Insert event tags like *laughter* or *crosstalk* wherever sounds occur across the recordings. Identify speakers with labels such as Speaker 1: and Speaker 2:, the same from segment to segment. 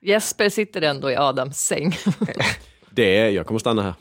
Speaker 1: Jesper sitter ändå i Adams säng.
Speaker 2: Det är, jag kommer stanna här.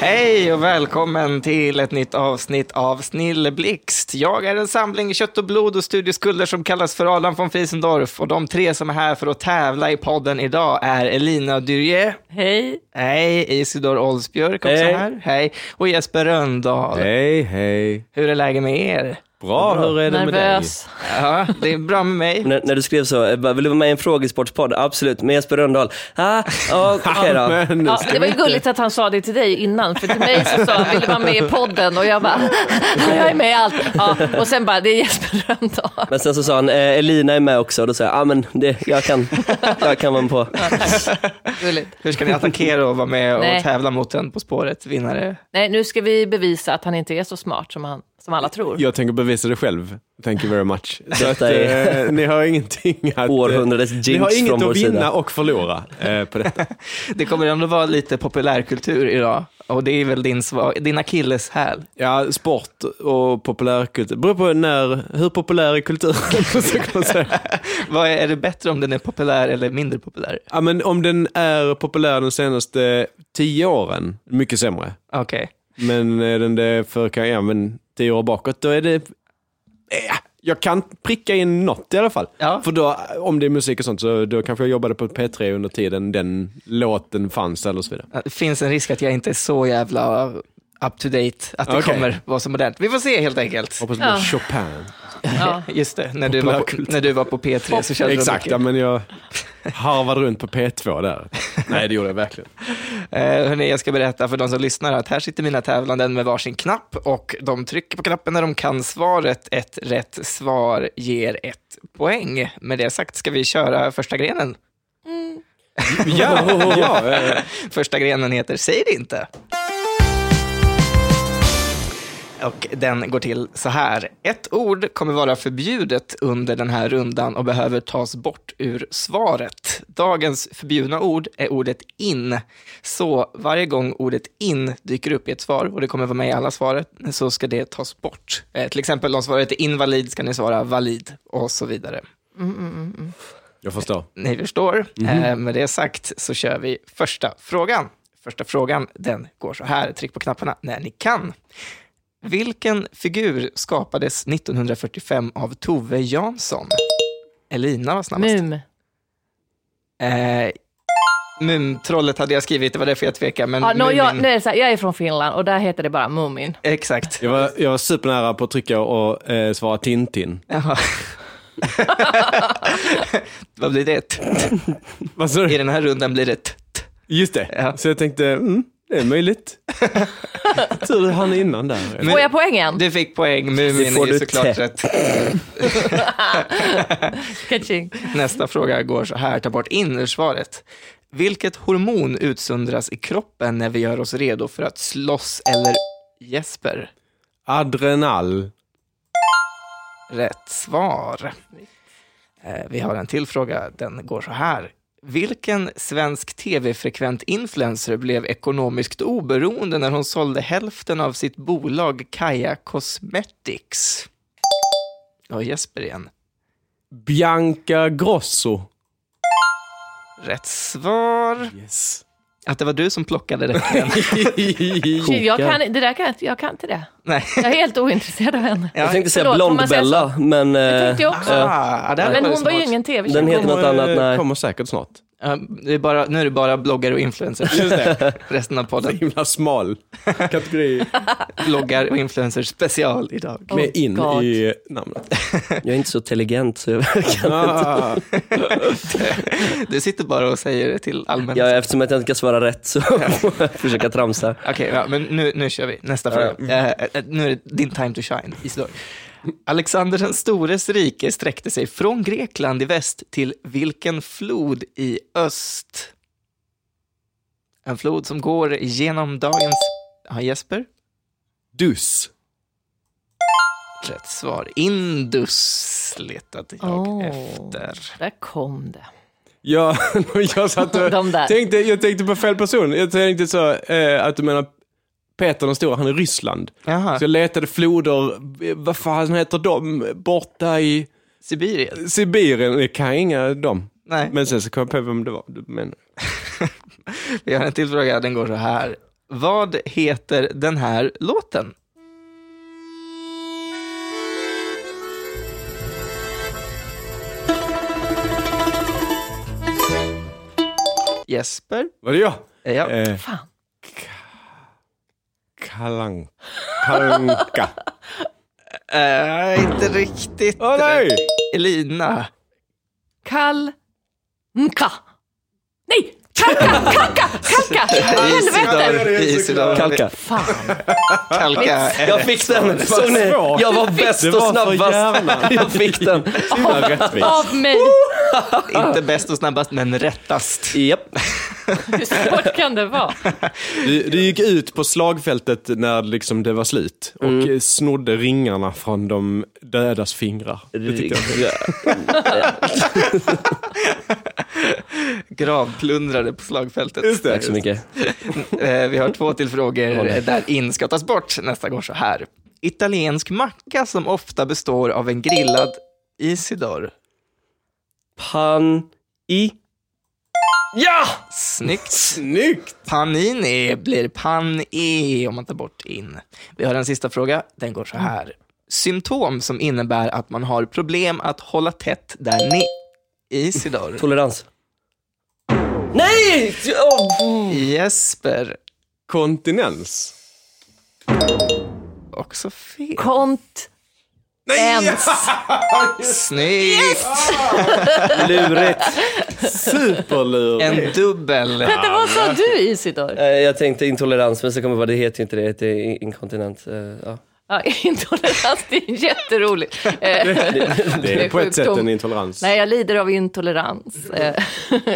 Speaker 3: Hej och välkommen till ett nytt avsnitt av Snilleblixt. Jag är en samling kött och blod och studieskulder som kallas för Adam von Friesendorf. Och de tre som är här för att tävla i podden idag är Elina Dyrje.
Speaker 1: *laughs* Hej,
Speaker 3: Hej, Isidor Olsbjörk också
Speaker 2: Hej.
Speaker 3: här. Hej. Och Jesper Röndahl.
Speaker 2: Hej, hej.
Speaker 3: Hur är läget med er?
Speaker 2: Bra, hur är det med dig?
Speaker 1: nervös.
Speaker 3: Ja, det är bra med mig.
Speaker 4: När, när du skrev så, eh, bara, vill du vara med i en frågesportspodd? Absolut, med Jesper Rönndahl. Ah, ah, okej då.
Speaker 2: Men,
Speaker 1: Ja, det var ju gulligt att han sa det till dig innan, för till mig så sa han, vill du vara med i podden? Och jag bara, *laughs* jag är med i allt. Ja, och sen bara, det är Jesper Rönndahl.
Speaker 4: Men sen så sa han, eh, Elina är med också, och då sa jag, ah, men det, jag, kan, jag kan
Speaker 2: *laughs*
Speaker 4: vara med på.
Speaker 1: Gulligt.
Speaker 3: Hur ska ni attackera och vara med och
Speaker 1: Nej.
Speaker 3: tävla mot en På spåret-vinnare?
Speaker 1: Nej, nu ska vi bevisa att han inte är så smart som, han, som alla tror.
Speaker 2: jag tänker bevisa det själv. Thank you very *laughs* much. Så
Speaker 4: Detta
Speaker 2: att,
Speaker 4: är-
Speaker 2: eh, ni har ingenting att... eh,
Speaker 4: Århundradets
Speaker 2: Ni
Speaker 4: jinx
Speaker 2: har
Speaker 4: från
Speaker 2: inget
Speaker 4: vår
Speaker 2: att vinna
Speaker 4: sida.
Speaker 2: och förlora eh, på detta.
Speaker 3: Det kommer ändå vara lite populärkultur idag. Och det är väl din, svag- din akilleshäl.
Speaker 2: *laughs* Ja, sport och populärkultur. Det beror på när, hur populär är *laughs* kulturen? så kan man säga.
Speaker 3: Vad är, är det bättre om den är populär eller mindre populär?
Speaker 2: Ja, men om den är populär de senaste tio åren, mycket sämre.
Speaker 3: Okej.
Speaker 2: Men är den det för kan ja, men tio år bakåt, då är det... Eh, jag kan pricka in något i alla fall.
Speaker 3: Ja.
Speaker 2: För då, om det är musik och sånt, så då kanske jag jobbade på P3 under tiden den låten fanns eller så vidare.
Speaker 3: Det finns en risk att jag inte är så jävla up to date, att det
Speaker 2: Okej.
Speaker 3: kommer vara så modernt. Vi får se helt enkelt.
Speaker 2: Hoppas det blir
Speaker 1: Ja.
Speaker 2: Chopin.
Speaker 3: *laughs*
Speaker 1: Ja.
Speaker 3: Just det, när du, var på,
Speaker 2: Populärkultur.
Speaker 3: när du var på P3 så körde
Speaker 2: Exakt,
Speaker 3: de
Speaker 2: ja, men jag harvade runt på P2 där. Nej, det gjorde jag verkligen.
Speaker 3: Eh, hörni, jag ska berätta för de som lyssnar att här sitter mina tävlande med varsin knapp och de trycker på knappen när de kan svaret. Ett rätt svar ger ett poäng. Med det sagt ska vi köra första grenen.
Speaker 2: Ja, ja, eh,
Speaker 3: Första grenen heter Säg det inte. Och den går till så här. Ett ord kommer vara förbjudet under den här rundan och behöver tas bort ur svaret. Dagens förbjudna ord är ordet in. Så varje gång ordet in dyker upp i ett svar, och det kommer vara med i alla svaret, så ska det tas bort. Eh, till exempel om svaret är invalid ska ni svara valid och så vidare.
Speaker 2: jag förstår.
Speaker 3: Ni förstår.
Speaker 2: Mhm.
Speaker 3: Eh, med det sagt så kör vi första frågan. Första frågan, den går så här. Tryck på knapparna när ni kan. Vilken figur skapades 1945 av Tove Jansson? Elina var snabbast.
Speaker 1: Mum.
Speaker 3: Eh, Mumtrollet hade jag skrivit, det var därför jag tvekade. Men
Speaker 1: Ja, no, jag,
Speaker 3: Mumin-
Speaker 1: nu är det så här, jag är från Finland och där heter det bara Mumin.
Speaker 3: Exakt.
Speaker 2: Jag var, jag var supernära på att trycka och eh, svara Tintin.
Speaker 3: Jaha. *laughs* Vad blir det? T- t-
Speaker 2: Vad sa
Speaker 3: I
Speaker 2: du?
Speaker 3: den här rundan blir det t- t-
Speaker 2: Just det.
Speaker 3: Ja.
Speaker 2: Så jag tänkte, mm, det är *laughs* möjligt. Tur du hann innan där.
Speaker 1: Får jag poängen?
Speaker 3: Du fick poäng, Mumin
Speaker 4: får
Speaker 3: är ju
Speaker 4: du
Speaker 3: såklart
Speaker 4: te.
Speaker 3: rätt.
Speaker 1: Catching.
Speaker 3: Nästa fråga går så här, ta bort in ur svaret. Vilket hormon utsöndras i kroppen när vi gör oss redo för att slåss eller Jesper?
Speaker 2: Adrenal.
Speaker 3: Rätt svar. Eh, Vi har en till fråga, den går så här. Vilken svensk tv-frekvent influencer blev ekonomiskt oberoende när hon sålde hälften av sitt bolag Kaja Cosmetics? Och Jesper igen.
Speaker 2: Bianca Grosso.
Speaker 3: Rätt svar.
Speaker 2: *laughs* Yes.
Speaker 3: Att det var du som
Speaker 2: *laughs*
Speaker 3: plockade rätt.
Speaker 1: Shit, Jag kan, det där kan, jag inte- jag kan inte det.
Speaker 3: Nej.
Speaker 1: Jag är helt ointresserad av henne.
Speaker 4: Jag tänkte säga
Speaker 1: Förlåt, får man säga
Speaker 4: Blond-Bella, men
Speaker 1: Det
Speaker 4: eh,
Speaker 1: tänkte jag också.
Speaker 4: eh,
Speaker 3: Ah, det här
Speaker 1: Men
Speaker 3: ju
Speaker 1: hon var ju
Speaker 3: smart.
Speaker 1: ingen
Speaker 4: den
Speaker 1: tv-tjej.
Speaker 4: heter något annat. Nej.
Speaker 2: Eh, Kommer säkert snart.
Speaker 3: Ja, Eh, det är bara, nu är det bara bloggare och influencers.
Speaker 2: Just det.
Speaker 3: Resten av
Speaker 2: Så
Speaker 3: podden.
Speaker 2: himla smal kategori
Speaker 3: Bloggar och influencers special idag.
Speaker 2: med in
Speaker 1: God.
Speaker 2: i namnet.
Speaker 4: Jag är inte så intelligent, så jag, kan,
Speaker 2: Ah,
Speaker 3: Du sitter bara och säger det till allmänheten.
Speaker 4: jag, eftersom jag inte kan svara rätt så *laughs* får jag försöka tramsa.
Speaker 3: Okej, ja, men nu, nu kör vi. Nästa fråga. Eh, eh, nu är det din time to shine, Isidor. Alexander den stores rike sträckte sig från Grekland i väst till vilken flod i öst? En flod som går genom dagens... Ja, Jesper?
Speaker 2: dus.
Speaker 3: rätt svar. Indus letade jag
Speaker 1: Åh.
Speaker 3: efter.
Speaker 1: Där kom det.
Speaker 2: Ja, *laughs* jag, satt
Speaker 1: De där.
Speaker 2: och tänkte, jag tänkte på fel person. Jag tänkte så eh, att du menar Peter den stora, han är Ryssland.
Speaker 3: Jaha,
Speaker 2: Så jag letade floder, eh, vad fan heter de, borta i
Speaker 3: Sibirien?
Speaker 2: Sibirien. Jag kan inga dem.
Speaker 3: Nej,
Speaker 2: Men sen så kom jag på vem det var. Men,
Speaker 3: vi har en till fråga. Den går så här. Vad heter den här låten? Jesper?
Speaker 2: var det jag?
Speaker 3: Ja.
Speaker 2: Eh,
Speaker 1: Fan.
Speaker 2: Kalank. Kalanka.
Speaker 3: Eh, inte riktigt.
Speaker 2: Åh nej!
Speaker 3: Elina.
Speaker 1: Kall... Nka. Nej! Kalka! Kalka! Kalka! Helvete!
Speaker 3: Isidor, Isidor,
Speaker 4: Kalka.
Speaker 1: Fan.
Speaker 3: Kalka. eh,
Speaker 4: Jag fick den!
Speaker 2: Så
Speaker 4: Såg ni?
Speaker 2: svårt.
Speaker 4: Jag var bäst
Speaker 2: Det
Speaker 4: och
Speaker 2: var så
Speaker 4: snabbast.
Speaker 2: jävla-
Speaker 4: *laughs* Jag fick den.
Speaker 2: Himla rättvist.
Speaker 1: Av mig.
Speaker 3: Inte bäst och snabbast, men rättast.
Speaker 4: Japp.
Speaker 1: Hur svårt kan det vara?
Speaker 2: Du, du gick ut på slagfältet när liksom det var slut och eh, snodde ringarna från de dödas fingrar. Det tyckte jag.
Speaker 3: Gravplundrare på slagfältet.
Speaker 2: Just det.
Speaker 4: Tack så mycket.
Speaker 3: Eh, Vi har två till frågor där in ska tas bort. Nästa går så här. Italiensk macka som ofta består av en grillad Isidor.
Speaker 4: Pan... I... Ja!
Speaker 3: Snyggt.
Speaker 2: Snyggt!
Speaker 3: Panini blir pan-e om man tar bort in. Vi har en sista fråga. Den går så här. Symptom som innebär att man har problem att hålla tätt där ni... Isidor.
Speaker 4: Tolerans. Nej! Åh.
Speaker 3: Jesper.
Speaker 2: Kontinens.
Speaker 3: Också fel.
Speaker 1: Kont...
Speaker 2: *laughs*
Speaker 1: Ens.
Speaker 3: Snyggt!
Speaker 4: *laughs* Lurigt.
Speaker 2: Superlurigt.
Speaker 3: En dubbel.
Speaker 1: Vänta, vad sa du Isidor?
Speaker 4: Eh, Jag tänkte intolerans, men så kommer jag på det heter ju inte det. Det heter in- inkontinent. Eh, Ja.
Speaker 1: Ja, *laughs* intolerans, det är jätteroligt. Eh,
Speaker 2: Det är på ett sätt
Speaker 1: sjukdom.
Speaker 2: en intolerans.
Speaker 1: Nej, jag lider av intolerans. Eh,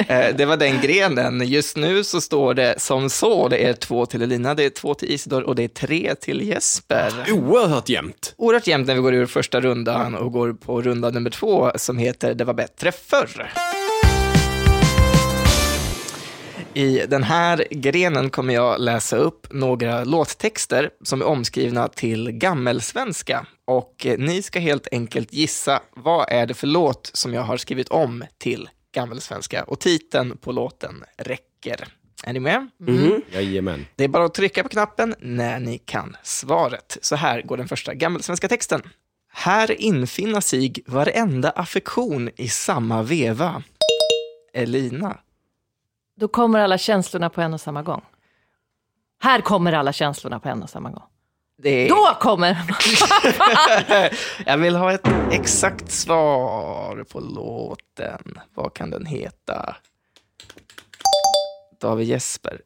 Speaker 3: Eh, Det var den grenen. Just nu så står det som så. Det är två till Elina, det är två till Isidor och det är tre till Jesper.
Speaker 2: Oerhört jämnt.
Speaker 3: Oerhört jämnt när vi går ur första rundan och går på runda nummer två som heter Det var bättre förr. I den här grenen kommer jag läsa upp några låttexter som är omskrivna till gammelsvenska. Och eh, ni ska helt enkelt gissa vad är det för låt som jag har skrivit om till gammelsvenska. Och titeln på låten räcker. Är ni med?
Speaker 2: Jajamän.
Speaker 3: Det är bara att trycka på knappen när ni kan svaret. Så här går den första gammelsvenska texten. Här infinna sig varenda affektion i samma veva. Elina.
Speaker 1: Då kommer alla känslorna på en och samma gång. Här kommer alla känslorna på en och samma gång.
Speaker 3: Det är...
Speaker 1: Då kommer...
Speaker 3: Jag vill ha ett exakt svar på låten. Vad kan den heta? Då har vi Jesper.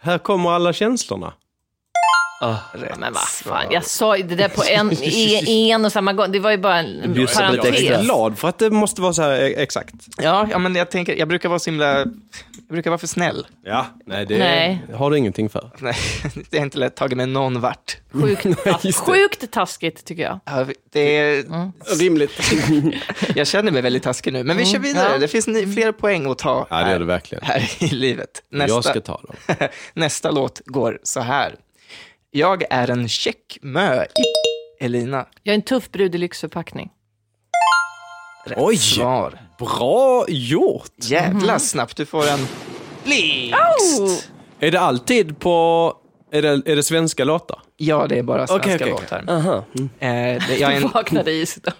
Speaker 2: Här kommer alla känslorna.
Speaker 3: Rätt
Speaker 1: Men vad
Speaker 3: svar.
Speaker 1: fan, jag sa ju det där på en, i en och samma gång. Det var ju bara en
Speaker 4: bjuds på lite
Speaker 1: Mm. parentes.
Speaker 2: Jag är
Speaker 4: extra.
Speaker 2: glad för att det måste vara så här eh, exakt.
Speaker 3: Ja, ja, men jag tänker, jag brukar vara så himla... Jag brukar vara för snäll. *laughs*
Speaker 2: Ja, nej det
Speaker 1: Nej.
Speaker 2: har du ingenting för.
Speaker 3: Nej, det har inte lätt tagit mig någon vart. *laughs*
Speaker 1: Sjukt, tas-
Speaker 2: just det.
Speaker 1: sjukt taskigt tycker jag.
Speaker 3: Ja, Det är,
Speaker 2: Rimligt.
Speaker 3: Jag känner mig väldigt taskig nu, men
Speaker 4: Mm,
Speaker 3: vi kör vidare.
Speaker 1: Ja.
Speaker 3: Det finns ni, fler poäng att ta
Speaker 2: *laughs* Ja, det är
Speaker 3: här,
Speaker 2: det verkligen.
Speaker 3: här i livet.
Speaker 2: Jag
Speaker 3: Nästa,
Speaker 2: ska ta dem.
Speaker 3: *laughs* nästa låt går så här. Jag är en checkmö i- Elina.
Speaker 1: Jag är en tuff brud i lyxförpackning.
Speaker 3: Rätt
Speaker 2: Oj.
Speaker 3: svar.
Speaker 2: Bra gjort!
Speaker 4: Mhm.
Speaker 3: Jävla snabbt. Du får en blixt.
Speaker 1: Oh!
Speaker 2: Är det alltid på... Är det, är det svenska låtar?
Speaker 3: Ja, det är bara svenska
Speaker 2: Okej, okej, okej.
Speaker 3: låtar.
Speaker 4: Aha.
Speaker 3: Eh, det,
Speaker 4: *laughs*
Speaker 3: jag är en,
Speaker 1: Vaknade
Speaker 3: *laughs*
Speaker 1: Isidor.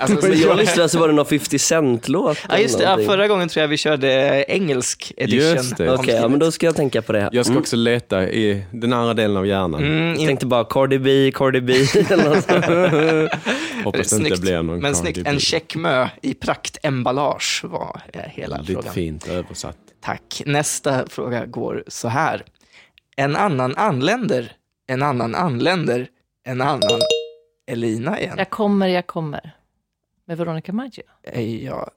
Speaker 3: alltså, så
Speaker 4: När jag
Speaker 3: jag,
Speaker 4: lyssnade så var det någon 50 Cent-låt.
Speaker 3: ja, just det. Ja,
Speaker 4: eller någonting.
Speaker 3: förra gången tror jag vi körde engelsk edition.
Speaker 2: Just det.
Speaker 4: Okej, ja, men då ska jag tänka på det. Här.
Speaker 2: Jag ska också leta i den andra delen av hjärnan.
Speaker 3: Mm,
Speaker 4: Jag tänkte bara Cardi B, Cardi B. eller något sånt.
Speaker 2: Hoppas det inte
Speaker 3: Snyggt,
Speaker 2: blir någon
Speaker 3: men
Speaker 2: Cardi
Speaker 3: snyggt.
Speaker 2: B.
Speaker 3: En checkmö i praktemballage var eh, hela
Speaker 2: Väldigt
Speaker 3: frågan.
Speaker 2: fint översatt.
Speaker 3: Tack. Nästa fråga går så här. En annan anländer, en annan anländer, en annan Elina igen.
Speaker 1: Jag kommer, jag kommer. Med Veronica Maggio.
Speaker 3: Eh, Ja.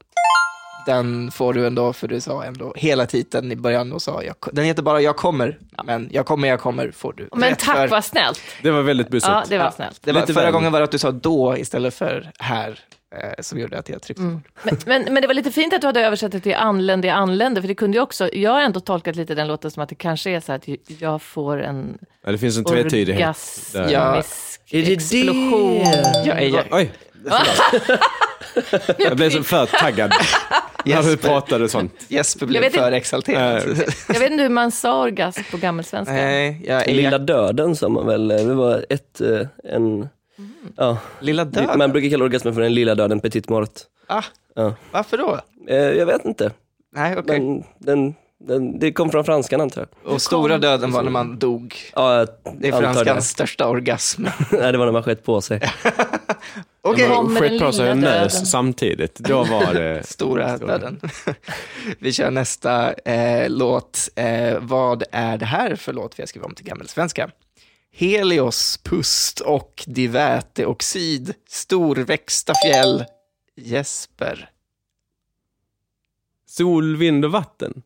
Speaker 3: den får du ändå, för du sa ändå hela titeln i början och sa, jag, den heter bara Jag kommer, men Jag kommer, jag kommer får du
Speaker 1: Men
Speaker 3: rätt
Speaker 1: tack,
Speaker 3: för.
Speaker 1: vad snällt.
Speaker 2: Det var väldigt busigt.
Speaker 1: Ja, det var
Speaker 3: Ja,
Speaker 1: snällt.
Speaker 3: Det var,
Speaker 2: Lite
Speaker 3: förra
Speaker 2: väl.
Speaker 3: gången var det att du sa då istället för här, eh, som gjorde att jag tryckte
Speaker 1: Mm.
Speaker 3: på.
Speaker 1: Men, men, men det var lite fint att du hade översatt det till anlände i anlände, för det kunde ju också, jag har ändå tolkat lite den låten som att det kanske är så här att jag får en
Speaker 2: Ja, det finns en tvetydighet. Där.
Speaker 1: orgasmisk
Speaker 4: Är det det?
Speaker 1: explosion.
Speaker 3: Jag, är- jag, *laughs*
Speaker 2: Oj! Jag blev så för taggad när du
Speaker 3: Jesper,
Speaker 2: pratade sånt.
Speaker 3: Jesper
Speaker 1: Jag
Speaker 3: blev
Speaker 1: vet
Speaker 3: för
Speaker 1: inte-
Speaker 2: Eh,
Speaker 3: exalterad.
Speaker 1: Jag vet inte hur man sa orgasm på gammelsvenska.
Speaker 3: Nej, jag, är-
Speaker 4: Mm. Lilla döden sa man väl, det var ett, eh, en, ja.
Speaker 3: lilla Mm. döden.
Speaker 4: Man brukar kalla orgasmen för den lilla döden, petit mort.
Speaker 3: Ah,
Speaker 4: Ja.
Speaker 3: varför då?
Speaker 4: Eh, Jag vet inte,
Speaker 3: Nej, okej.
Speaker 4: men den, den, det kom från franskan antar jag.
Speaker 3: Och stora döden var när man dog.
Speaker 4: Ja, jag
Speaker 3: Det är
Speaker 4: antar
Speaker 3: franskans största orgasm.
Speaker 4: det. *laughs* Nej, det var när man skett på sig.
Speaker 3: Okej,
Speaker 1: Det var- Kommer
Speaker 2: Skett på
Speaker 1: den
Speaker 2: sig och
Speaker 1: lilla döden.
Speaker 2: nös samtidigt. Då var det...
Speaker 3: stora
Speaker 2: Stora.
Speaker 3: döden. *laughs* Vi kör nästa eh, låt. Eh, vad är det här för låt vi har skrivit om till gammelsvenska? Helios, pust och diväteoxid, storväxta fjäll, Jesper.
Speaker 2: Sol, vind och vatten.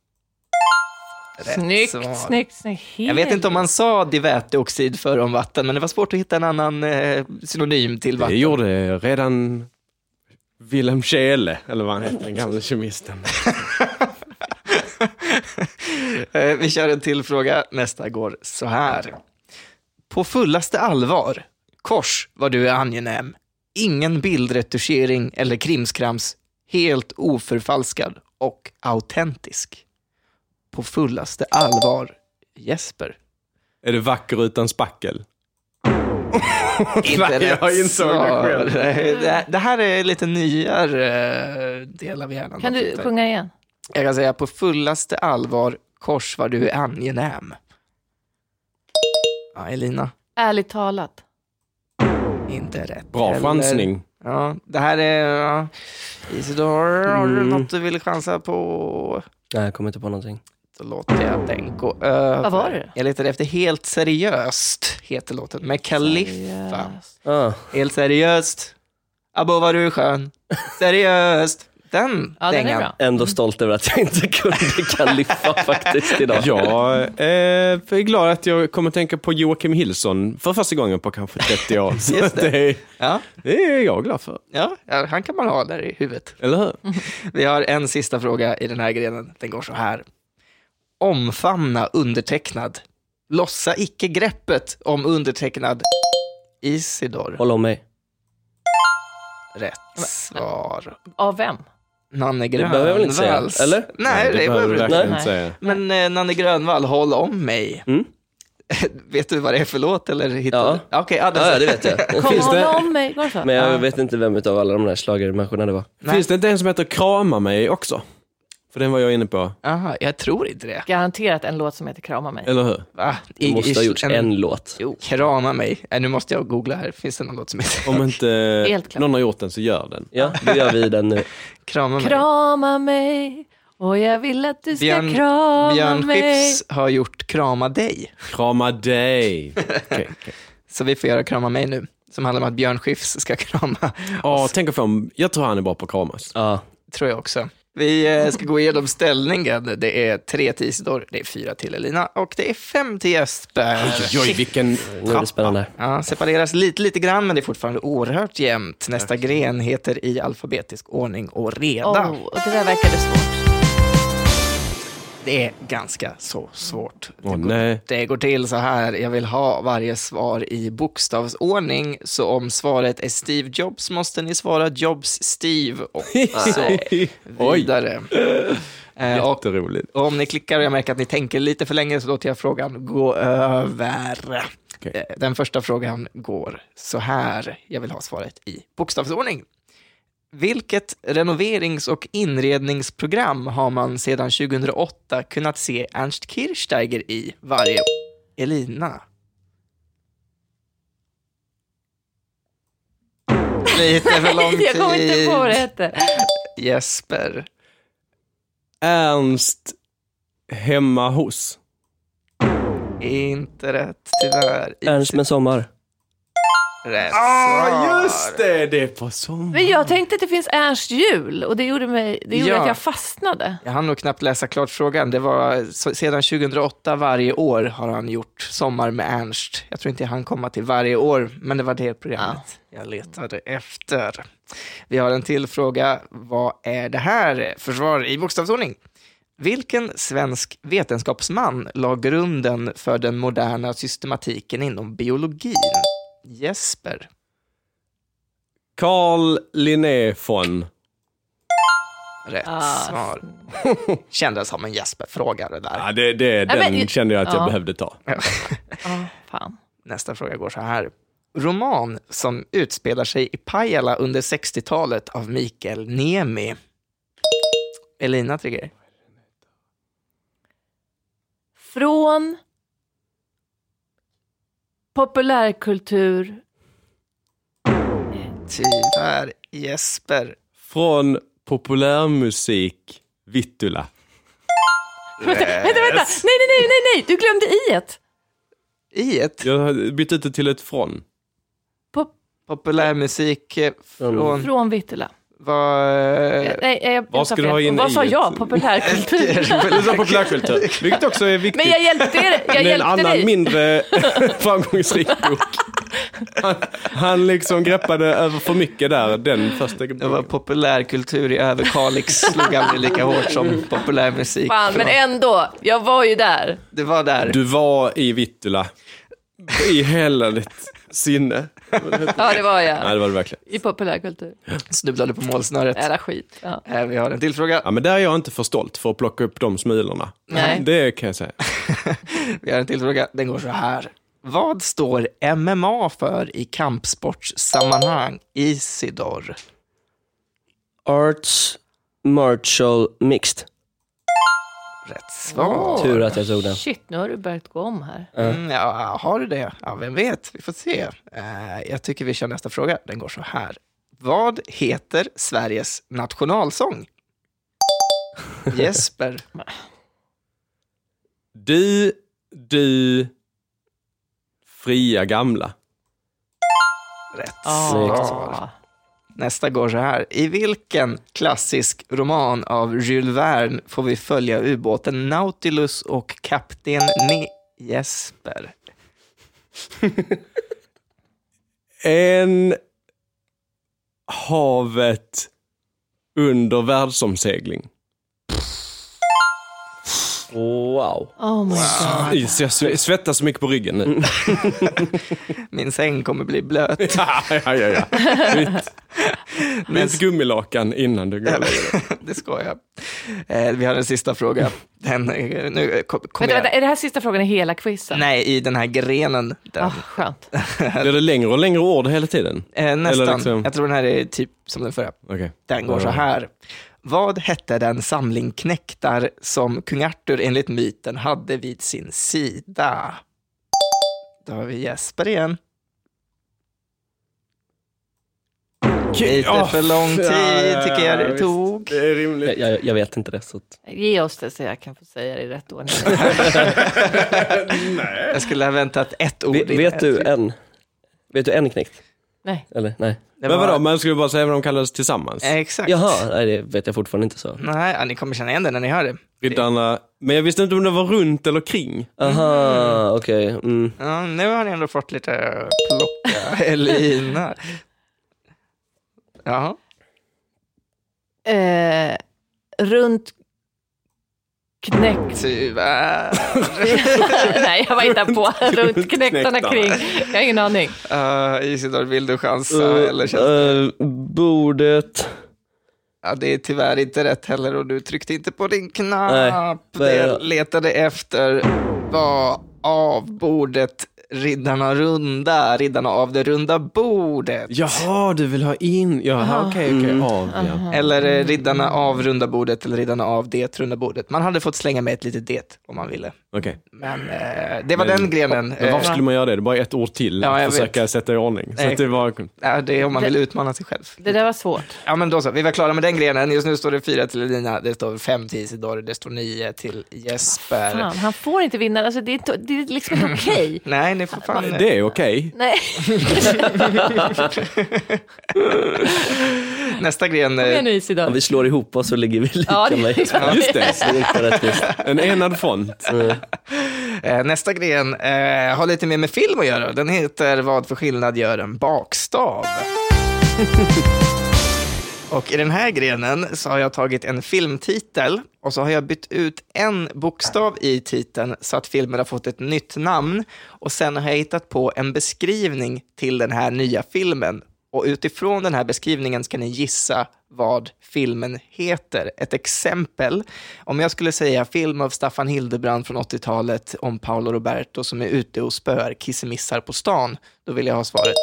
Speaker 3: Rätt
Speaker 1: Snyggt,
Speaker 3: svar.
Speaker 1: snyggt, snyggt.
Speaker 3: Jag vet inte om man sa diväteoxid för om vatten, men det var svårt att hitta en annan eh, synonym till
Speaker 2: Det
Speaker 3: vatten.
Speaker 2: gjorde redan Wilhelm Scheele, eller vad han hette, den gamle kemisten.
Speaker 3: Eh, Vi kör en till fråga. Nästa går så här. På fullaste allvar, kors vad du är angenäm. Ingen bildretuschering eller krimskrams. Helt oförfalskad och autentisk. På fullaste allvar, Jesper.
Speaker 2: Är det vacker utan spackel? *laughs* Nej,
Speaker 3: Inte
Speaker 2: jag
Speaker 3: rätt
Speaker 2: insåg det
Speaker 3: svar.
Speaker 2: själv.
Speaker 3: *laughs* Nej, det- Det här är lite nyare eh, del av hjärnan.
Speaker 1: Kan du sjunga igen?
Speaker 3: Jag kan säga på fullaste allvar, kors vad du är angenäm. Ja, Elina.
Speaker 1: Ärligt talat.
Speaker 3: Inte rätt.
Speaker 2: Bra
Speaker 3: heller.
Speaker 2: chansning.
Speaker 3: Ja, det här är... Ja. Isidor, har du
Speaker 4: Mm.
Speaker 3: något du vill chansa på?
Speaker 4: Nej, jag kommer inte på någonting.
Speaker 3: Då låter jag den gå över.
Speaker 1: Vad var det?
Speaker 3: Jag letade efter Helt seriöst, heter låten, med Kaliffa.
Speaker 1: Seriöst.
Speaker 4: Ah.
Speaker 3: Helt seriöst, abo vad du är skön. Seriöst. Den
Speaker 1: Ja, den är
Speaker 3: dängan.
Speaker 1: bra.
Speaker 4: Ändå stolt över att jag inte *laughs* kunde kaliffa faktiskt idag.
Speaker 2: Jag eh, är glad att jag kommer tänka på Joakim Hillson för första gången på kanske 30 år. Så
Speaker 3: Just det.
Speaker 2: Det, är,
Speaker 3: Ja,
Speaker 2: det är jag glad för,
Speaker 3: ja, ja, han kan man ha där i huvudet.
Speaker 2: eller hur?
Speaker 3: Vi har en sista fråga i den här grenen. Den går så här. Omfamna undertecknad. Lossa icke greppet om undertecknad. Isidor.
Speaker 4: Håll om mig.
Speaker 3: Rätt svar.
Speaker 1: Av vem?
Speaker 3: Nanne
Speaker 4: behöver jag väl inte säga,
Speaker 3: Grönvalls.
Speaker 4: eller?
Speaker 3: Nej, det
Speaker 2: behöver
Speaker 3: behöver
Speaker 2: du
Speaker 3: du inte.
Speaker 2: verkligen
Speaker 4: Nej.
Speaker 2: inte säga.
Speaker 3: Men eh, Nanne Grönvall, Håll om mig. *laughs*
Speaker 4: Mm.
Speaker 3: vet du vad det är för låt? Eller hittade? Ja. Okej, ja, den-
Speaker 4: Ja, ja, det vet jag.
Speaker 1: Kom
Speaker 2: Finns
Speaker 1: håll
Speaker 2: det-
Speaker 1: om mig. Går det så?
Speaker 4: Men jag vet inte vem utav alla de där schlagermänniskorna det var.
Speaker 3: Nej.
Speaker 2: Finns det inte en som heter Krama mig också? För den var jag inne på,
Speaker 3: Aha, jag tror inte det.
Speaker 1: Garanterat en låt som heter Krama mig.
Speaker 2: eller hur?
Speaker 3: Va?
Speaker 4: Det
Speaker 3: I-
Speaker 4: måste ha
Speaker 3: i-
Speaker 4: gjorts en, låt.
Speaker 3: Jo. Krama mig. Äh, nu måste jag googla här. Finns det någon låt som heter
Speaker 2: Om inte
Speaker 1: Helt klart.
Speaker 2: någon har gjort den så gör den.
Speaker 4: Ja, då gör vi den nu.
Speaker 3: Krama mig?
Speaker 1: Krama mig och jag vill att du ska
Speaker 3: Björn-
Speaker 1: krama
Speaker 3: Björn
Speaker 1: mig.
Speaker 3: Skifs har gjort Krama dig.
Speaker 2: Krama dig. Okej.
Speaker 3: Så vi får göra Krama mig nu. Som handlar om att Björn Skifs ska *laughs* krama.
Speaker 2: Ja, tänk att få en- jag tror han är bra på att kramas.
Speaker 4: Ja.
Speaker 3: Tror jag också. Vi eh, ska gå igenom ställningen. Det är tre till Isidor, det är fyra till Elina och det är fem till Jesper.
Speaker 2: Oj, oj, vilken
Speaker 4: Nu är det spännande.
Speaker 3: Ja, separeras lite, lite grann, men det är fortfarande oerhört jämnt. Nästa gren heter i alfabetisk ordning och reda.
Speaker 1: Oh, och det där verkade svårt.
Speaker 3: Det är ganska så svårt.
Speaker 2: Åh nej.
Speaker 3: Det går till så här, jag vill ha varje svar i bokstavsordning, så om svaret är Steve Jobs måste ni svara Jobs Steve och så
Speaker 2: Oj,
Speaker 3: vidare. *laughs* Eh,
Speaker 2: *laughs*
Speaker 3: och
Speaker 2: jätteroligt.
Speaker 3: Och om ni klickar och jag märker att ni tänker lite för länge så låter jag frågan gå över.
Speaker 2: Okej.
Speaker 3: Eh, Den första frågan går så här. Jag vill ha svaret i bokstavsordning. Vilket renoverings och inredningsprogram har man sedan 2008 kunnat se Ernst Kirchsteiger i varje Elina? Lite för lång
Speaker 1: *laughs*
Speaker 3: tid.
Speaker 1: Jag kommer inte på vad det hette.
Speaker 3: Jesper.
Speaker 2: Ernst hemma hos.
Speaker 3: Inte rätt, tyvärr.
Speaker 4: Ernst med sommar.
Speaker 3: Rätt
Speaker 2: Ah,
Speaker 3: svar.
Speaker 2: just det! Det är på sommaren.
Speaker 1: Men jag tänkte att det finns Ernst Jul och det gjorde, mig, det gjorde
Speaker 3: Ja.
Speaker 1: att jag fastnade.
Speaker 3: Jag hann nog knappt läsa klart frågan. Det var så, sedan 2008 varje år har han gjort Sommar med Ernst. Jag tror inte jag hann komma till varje år, men det var det programmet jag letade efter. Vi har en till fråga. Vad är det här? Försvar i bokstavsordning. Vilken svensk vetenskapsman la grunden för den moderna systematiken inom biologin? Jesper.
Speaker 2: Carl Linné von.
Speaker 3: Rätt
Speaker 1: Ah.
Speaker 3: svar. *laughs* Kändes som en Jesper-fråga det där.
Speaker 2: Ja, det, det,
Speaker 1: Nej,
Speaker 2: den
Speaker 1: men-
Speaker 2: kände jag att jag
Speaker 1: ja.
Speaker 2: behövde ta.
Speaker 1: Ja, fan.
Speaker 3: *laughs* Nästa fråga går så här. Roman som utspelar sig i Pajala under 60-talet av Mikael Niemi. Elina Trigger.
Speaker 1: Från populärkultur.
Speaker 3: Tyvärr Jesper.
Speaker 2: Från populärmusik, Vittula.
Speaker 1: *laughs* Vänta, vänta! Nej, nej, nej, nej, nej! Du glömde i ett.
Speaker 3: I ett
Speaker 2: Jag har bytt ut det till ett från.
Speaker 1: Pop-
Speaker 3: populärmusik eh, från...
Speaker 1: Från Vittula.
Speaker 3: Vad... *laughs*
Speaker 1: Eh, Nej, jag, jag
Speaker 2: vad
Speaker 1: sa
Speaker 2: ska du
Speaker 1: fel.
Speaker 2: ha in
Speaker 1: Vad
Speaker 2: i
Speaker 1: sa
Speaker 2: ett?
Speaker 1: jag?
Speaker 2: *laughs*
Speaker 1: Populärkultur?
Speaker 2: Eller så
Speaker 1: *laughs*
Speaker 2: populärkultur, vilket också är viktigt.
Speaker 1: Men jag hjälpte er. Jag
Speaker 2: med en
Speaker 1: hjälpte
Speaker 2: annan
Speaker 1: dig. *laughs*
Speaker 2: mindre framgångsrik bok. Han, han liksom greppade över för mycket där, den första
Speaker 3: Det var populärkultur i Överkalix slog aldrig lika hårt som populärmusik.
Speaker 1: Fan, men
Speaker 3: från-
Speaker 1: ändå. Jag var ju där.
Speaker 3: Det var där.
Speaker 2: Du var i Vittula. I hela ditt sinne.
Speaker 1: Ja, det var jag.
Speaker 2: Nej, det var det verkligen.
Speaker 1: I populärkultur.
Speaker 3: Snubblade på målsnöret.
Speaker 1: Jävla skit. Ja.
Speaker 3: Eh, Vi har en till fråga.
Speaker 2: Ja, men där är jag inte för stolt för att plocka upp de smulorna.
Speaker 1: Nej.
Speaker 2: Det kan jag säga.
Speaker 3: Vi har en till fråga. Den går så här. Vad står MMA för i kampsportssammanhang? Isidor.
Speaker 4: Arts Martial Mixed.
Speaker 3: Rätt svar.
Speaker 4: Tur att jag tog den.
Speaker 1: Shit, nu har du börjat gå om här.
Speaker 3: Mm, ja, har du det? Ja, vem vet? Vi får se. Eh, jag tycker vi kör nästa fråga. Den går så här. Vad heter Sveriges nationalsång? Jesper.
Speaker 2: Du, du, fria gamla.
Speaker 3: Rätt svar.
Speaker 1: Ah.
Speaker 3: Nästa går så här. I vilken klassisk roman av Jules Verne får vi följa ubåten Nautilus och kapten Ne... Jesper.
Speaker 2: En havet under världsomsegling.
Speaker 4: Wow.
Speaker 1: Oh my god.
Speaker 2: Jag sve- svettas så mycket på ryggen nu.
Speaker 3: Min säng kommer bli
Speaker 2: *laughs*
Speaker 3: blöt.
Speaker 2: Ja, ja, ja. ja. Mitt, mitt gummilakan innan du går och lägger dig.
Speaker 3: det ska jag. Eh, vi har en sista fråga. Den, eh, nu eh, kom, kom
Speaker 1: Vänta,
Speaker 3: igen.
Speaker 1: vänta, är det här sista frågan i hela quizen?
Speaker 3: Nej, i den här grenen. Den.
Speaker 1: Ah, skönt.
Speaker 2: Blir det längre och längre ord hela tiden?
Speaker 3: Eh, nästan.
Speaker 2: liksom-
Speaker 3: Jag tror den här är typ som den förra.
Speaker 2: Okej.
Speaker 3: Den går så här. Vad hette den samling knektar som kung Arthur enligt myten hade vid sin sida? Då har vi Jesper igen. Lite för lång tid tycker jag det tog.
Speaker 2: Det är rimligt. *laughs*
Speaker 4: Jag, jag, jag vet inte det. Så att...
Speaker 1: Ge oss det så jag kan få säga det i rätt ordning.
Speaker 2: *laughs*
Speaker 3: Jag skulle ha väntat ett ord.
Speaker 4: Vet,
Speaker 3: in.
Speaker 4: vet du en? Vet du en knekt?
Speaker 1: Nej.
Speaker 4: Eller? Nej.
Speaker 3: Det
Speaker 2: Men
Speaker 3: var-
Speaker 2: vadå, man skulle bara säga vad de kallades tillsammans.
Speaker 3: Eh, Exakt.
Speaker 4: Jaha, nej, det vet jag fortfarande inte. så.
Speaker 3: Nej, ja, ni kommer känna igen det när ni hör det.
Speaker 2: Riddarna, men jag visste inte om det var runt eller kring.
Speaker 4: Aha, okej. Mm.
Speaker 3: Ja, nu har ni ändå fått lite
Speaker 4: *laughs*
Speaker 3: plocka Elina. Jaha.
Speaker 1: Eh, runt knäck...
Speaker 4: *laughs*
Speaker 3: Tyvärr.
Speaker 1: *laughs* Nej, jag var inte på. *laughs* Runt knäktarna kring. Jag har ingen aning.
Speaker 3: Uh, Isidor, vill du chansa? eller känns...
Speaker 4: Eh, bordet.
Speaker 3: ja, det är tyvärr inte rätt heller och du tryckte inte på din
Speaker 4: Nej,
Speaker 3: knapp.
Speaker 4: vad
Speaker 3: det
Speaker 4: är det?
Speaker 3: jag letade efter var av bordet Riddarna runda, Riddarna av det runda bordet.
Speaker 2: Jaha, du vill ha in. Jaha, okej, okej. Av, ja.
Speaker 3: Eller eh, Riddarna av runda bordet eller Riddarna av det runda bordet. Man hade fått slänga med ett litet det om man ville.
Speaker 2: Okej.
Speaker 3: Men eh, det var den grenen.
Speaker 2: Men varför
Speaker 3: Eh,
Speaker 2: skulle man göra det? Det är bara ett ord till
Speaker 3: Ja,
Speaker 2: att
Speaker 3: jag
Speaker 2: försöka sätta i ordning. Så
Speaker 3: Nej.
Speaker 2: att det var...
Speaker 3: ja, det är om man
Speaker 1: Det-
Speaker 3: vill utmana sig själv.
Speaker 1: Det där var svårt.
Speaker 3: Ja, men då så. Vi var klara med den grenen. Just nu står det 4 till Elina, det står 5 till Isidore, det står 9 till Jesper.
Speaker 1: Fan, han får inte vinna. Alltså, det, är, inte- det är liksom inte okej.
Speaker 3: *laughs* Nej, ni får fan...
Speaker 2: Det är okej.
Speaker 1: *laughs* Nej,
Speaker 3: Nästa gren...
Speaker 1: det är
Speaker 3: eh,
Speaker 1: nu Isidor.
Speaker 4: Om vi slår ihop oss så ligger vi lika
Speaker 1: Ja, det-
Speaker 4: med.
Speaker 1: *laughs* Ja,
Speaker 2: Just det.
Speaker 4: Det är inte rättvist.
Speaker 2: En enad front.
Speaker 3: Eh, Nästa gren eh, har lite mer med film att göra. Den heter Vad för skillnad gör en bakstav? och i den här grenen så har jag tagit en filmtitel och så har jag bytt ut en bokstav i titeln så att filmen har fått ett nytt namn. Och sen har jag hittat på en beskrivning till den här nya filmen. Och utifrån den här beskrivningen ska ni gissa vad filmen heter. Ett exempel. Om jag skulle säga film av Staffan Hildebrand från 80-talet om Paolo Roberto som är ute och spöar kissemissar på stan, då vill jag ha svaret.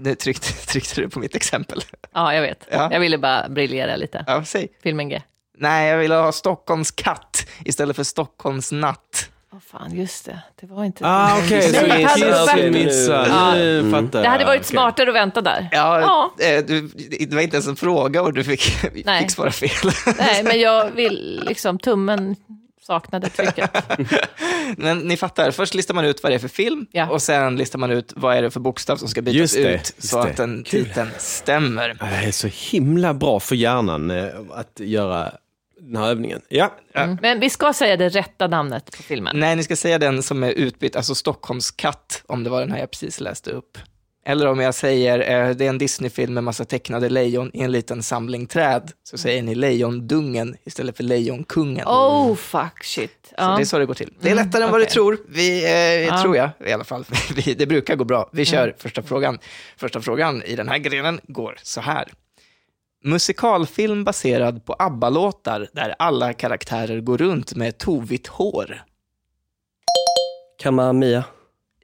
Speaker 3: Nu tryckte, tryckte du på mitt exempel.
Speaker 1: Ja, jag vet.
Speaker 3: Ja.
Speaker 1: Jag ville bara briljera lite.
Speaker 3: Ja, säg.
Speaker 1: Filmen G.
Speaker 3: Nej, jag vill ha Stockholms katt istället för Stockholms natt.
Speaker 1: Åh fan, just det. Det var inte...
Speaker 2: Ah, okej.
Speaker 1: Nej,
Speaker 2: så
Speaker 1: Paolo
Speaker 2: kissar
Speaker 1: Roberto.
Speaker 2: och missar.
Speaker 1: Ja.
Speaker 2: Nu fattar
Speaker 1: det hade
Speaker 2: jag.
Speaker 1: varit
Speaker 2: Okej.
Speaker 1: smartare att vänta där.
Speaker 3: Ja,
Speaker 1: Ja.
Speaker 3: eh, Du, det var inte ens en fråga och du fick,
Speaker 1: Nej.
Speaker 3: fick svara fel.
Speaker 1: *laughs*
Speaker 3: *laughs*
Speaker 1: Nej, men jag vill liksom, tummen saknade trycket.
Speaker 3: Men ni fattar, först listar man ut vad det är för film
Speaker 1: Ja.
Speaker 3: och sen listar man ut vad är det för bokstav som ska bytas
Speaker 2: Just det,
Speaker 3: ut
Speaker 2: just
Speaker 3: så
Speaker 2: det.
Speaker 3: att den
Speaker 2: Kul.
Speaker 3: titeln stämmer.
Speaker 2: Det är så himla bra för hjärnan eh, att göra den här övningen. Ja,
Speaker 1: Mm. Men vi ska säga det rätta namnet på filmen.
Speaker 3: Nej, ni ska säga den som är utbytt, alltså Stockholms katt, om det var den här jag precis läste upp. Eller om jag säger, eh, det är en Disney-film med massa tecknade lejon i en liten samling träd, så säger ni Lejondungen istället för Lejonkungen.
Speaker 1: Oh fuck shit.
Speaker 3: Så
Speaker 1: Ja. Mm,
Speaker 3: det är så det går till. Det är lättare än vad du
Speaker 1: okej.
Speaker 3: tror, vi, eh, tror jag i alla fall. *laughs* Vi, det brukar gå bra.
Speaker 1: Mm.
Speaker 3: Vi kör första frågan. Första frågan i den här grenen går så här. Musikalfilm baserad på ABBA-låtar där alla karaktärer går runt med tovigt hår.
Speaker 4: Kamma Mia.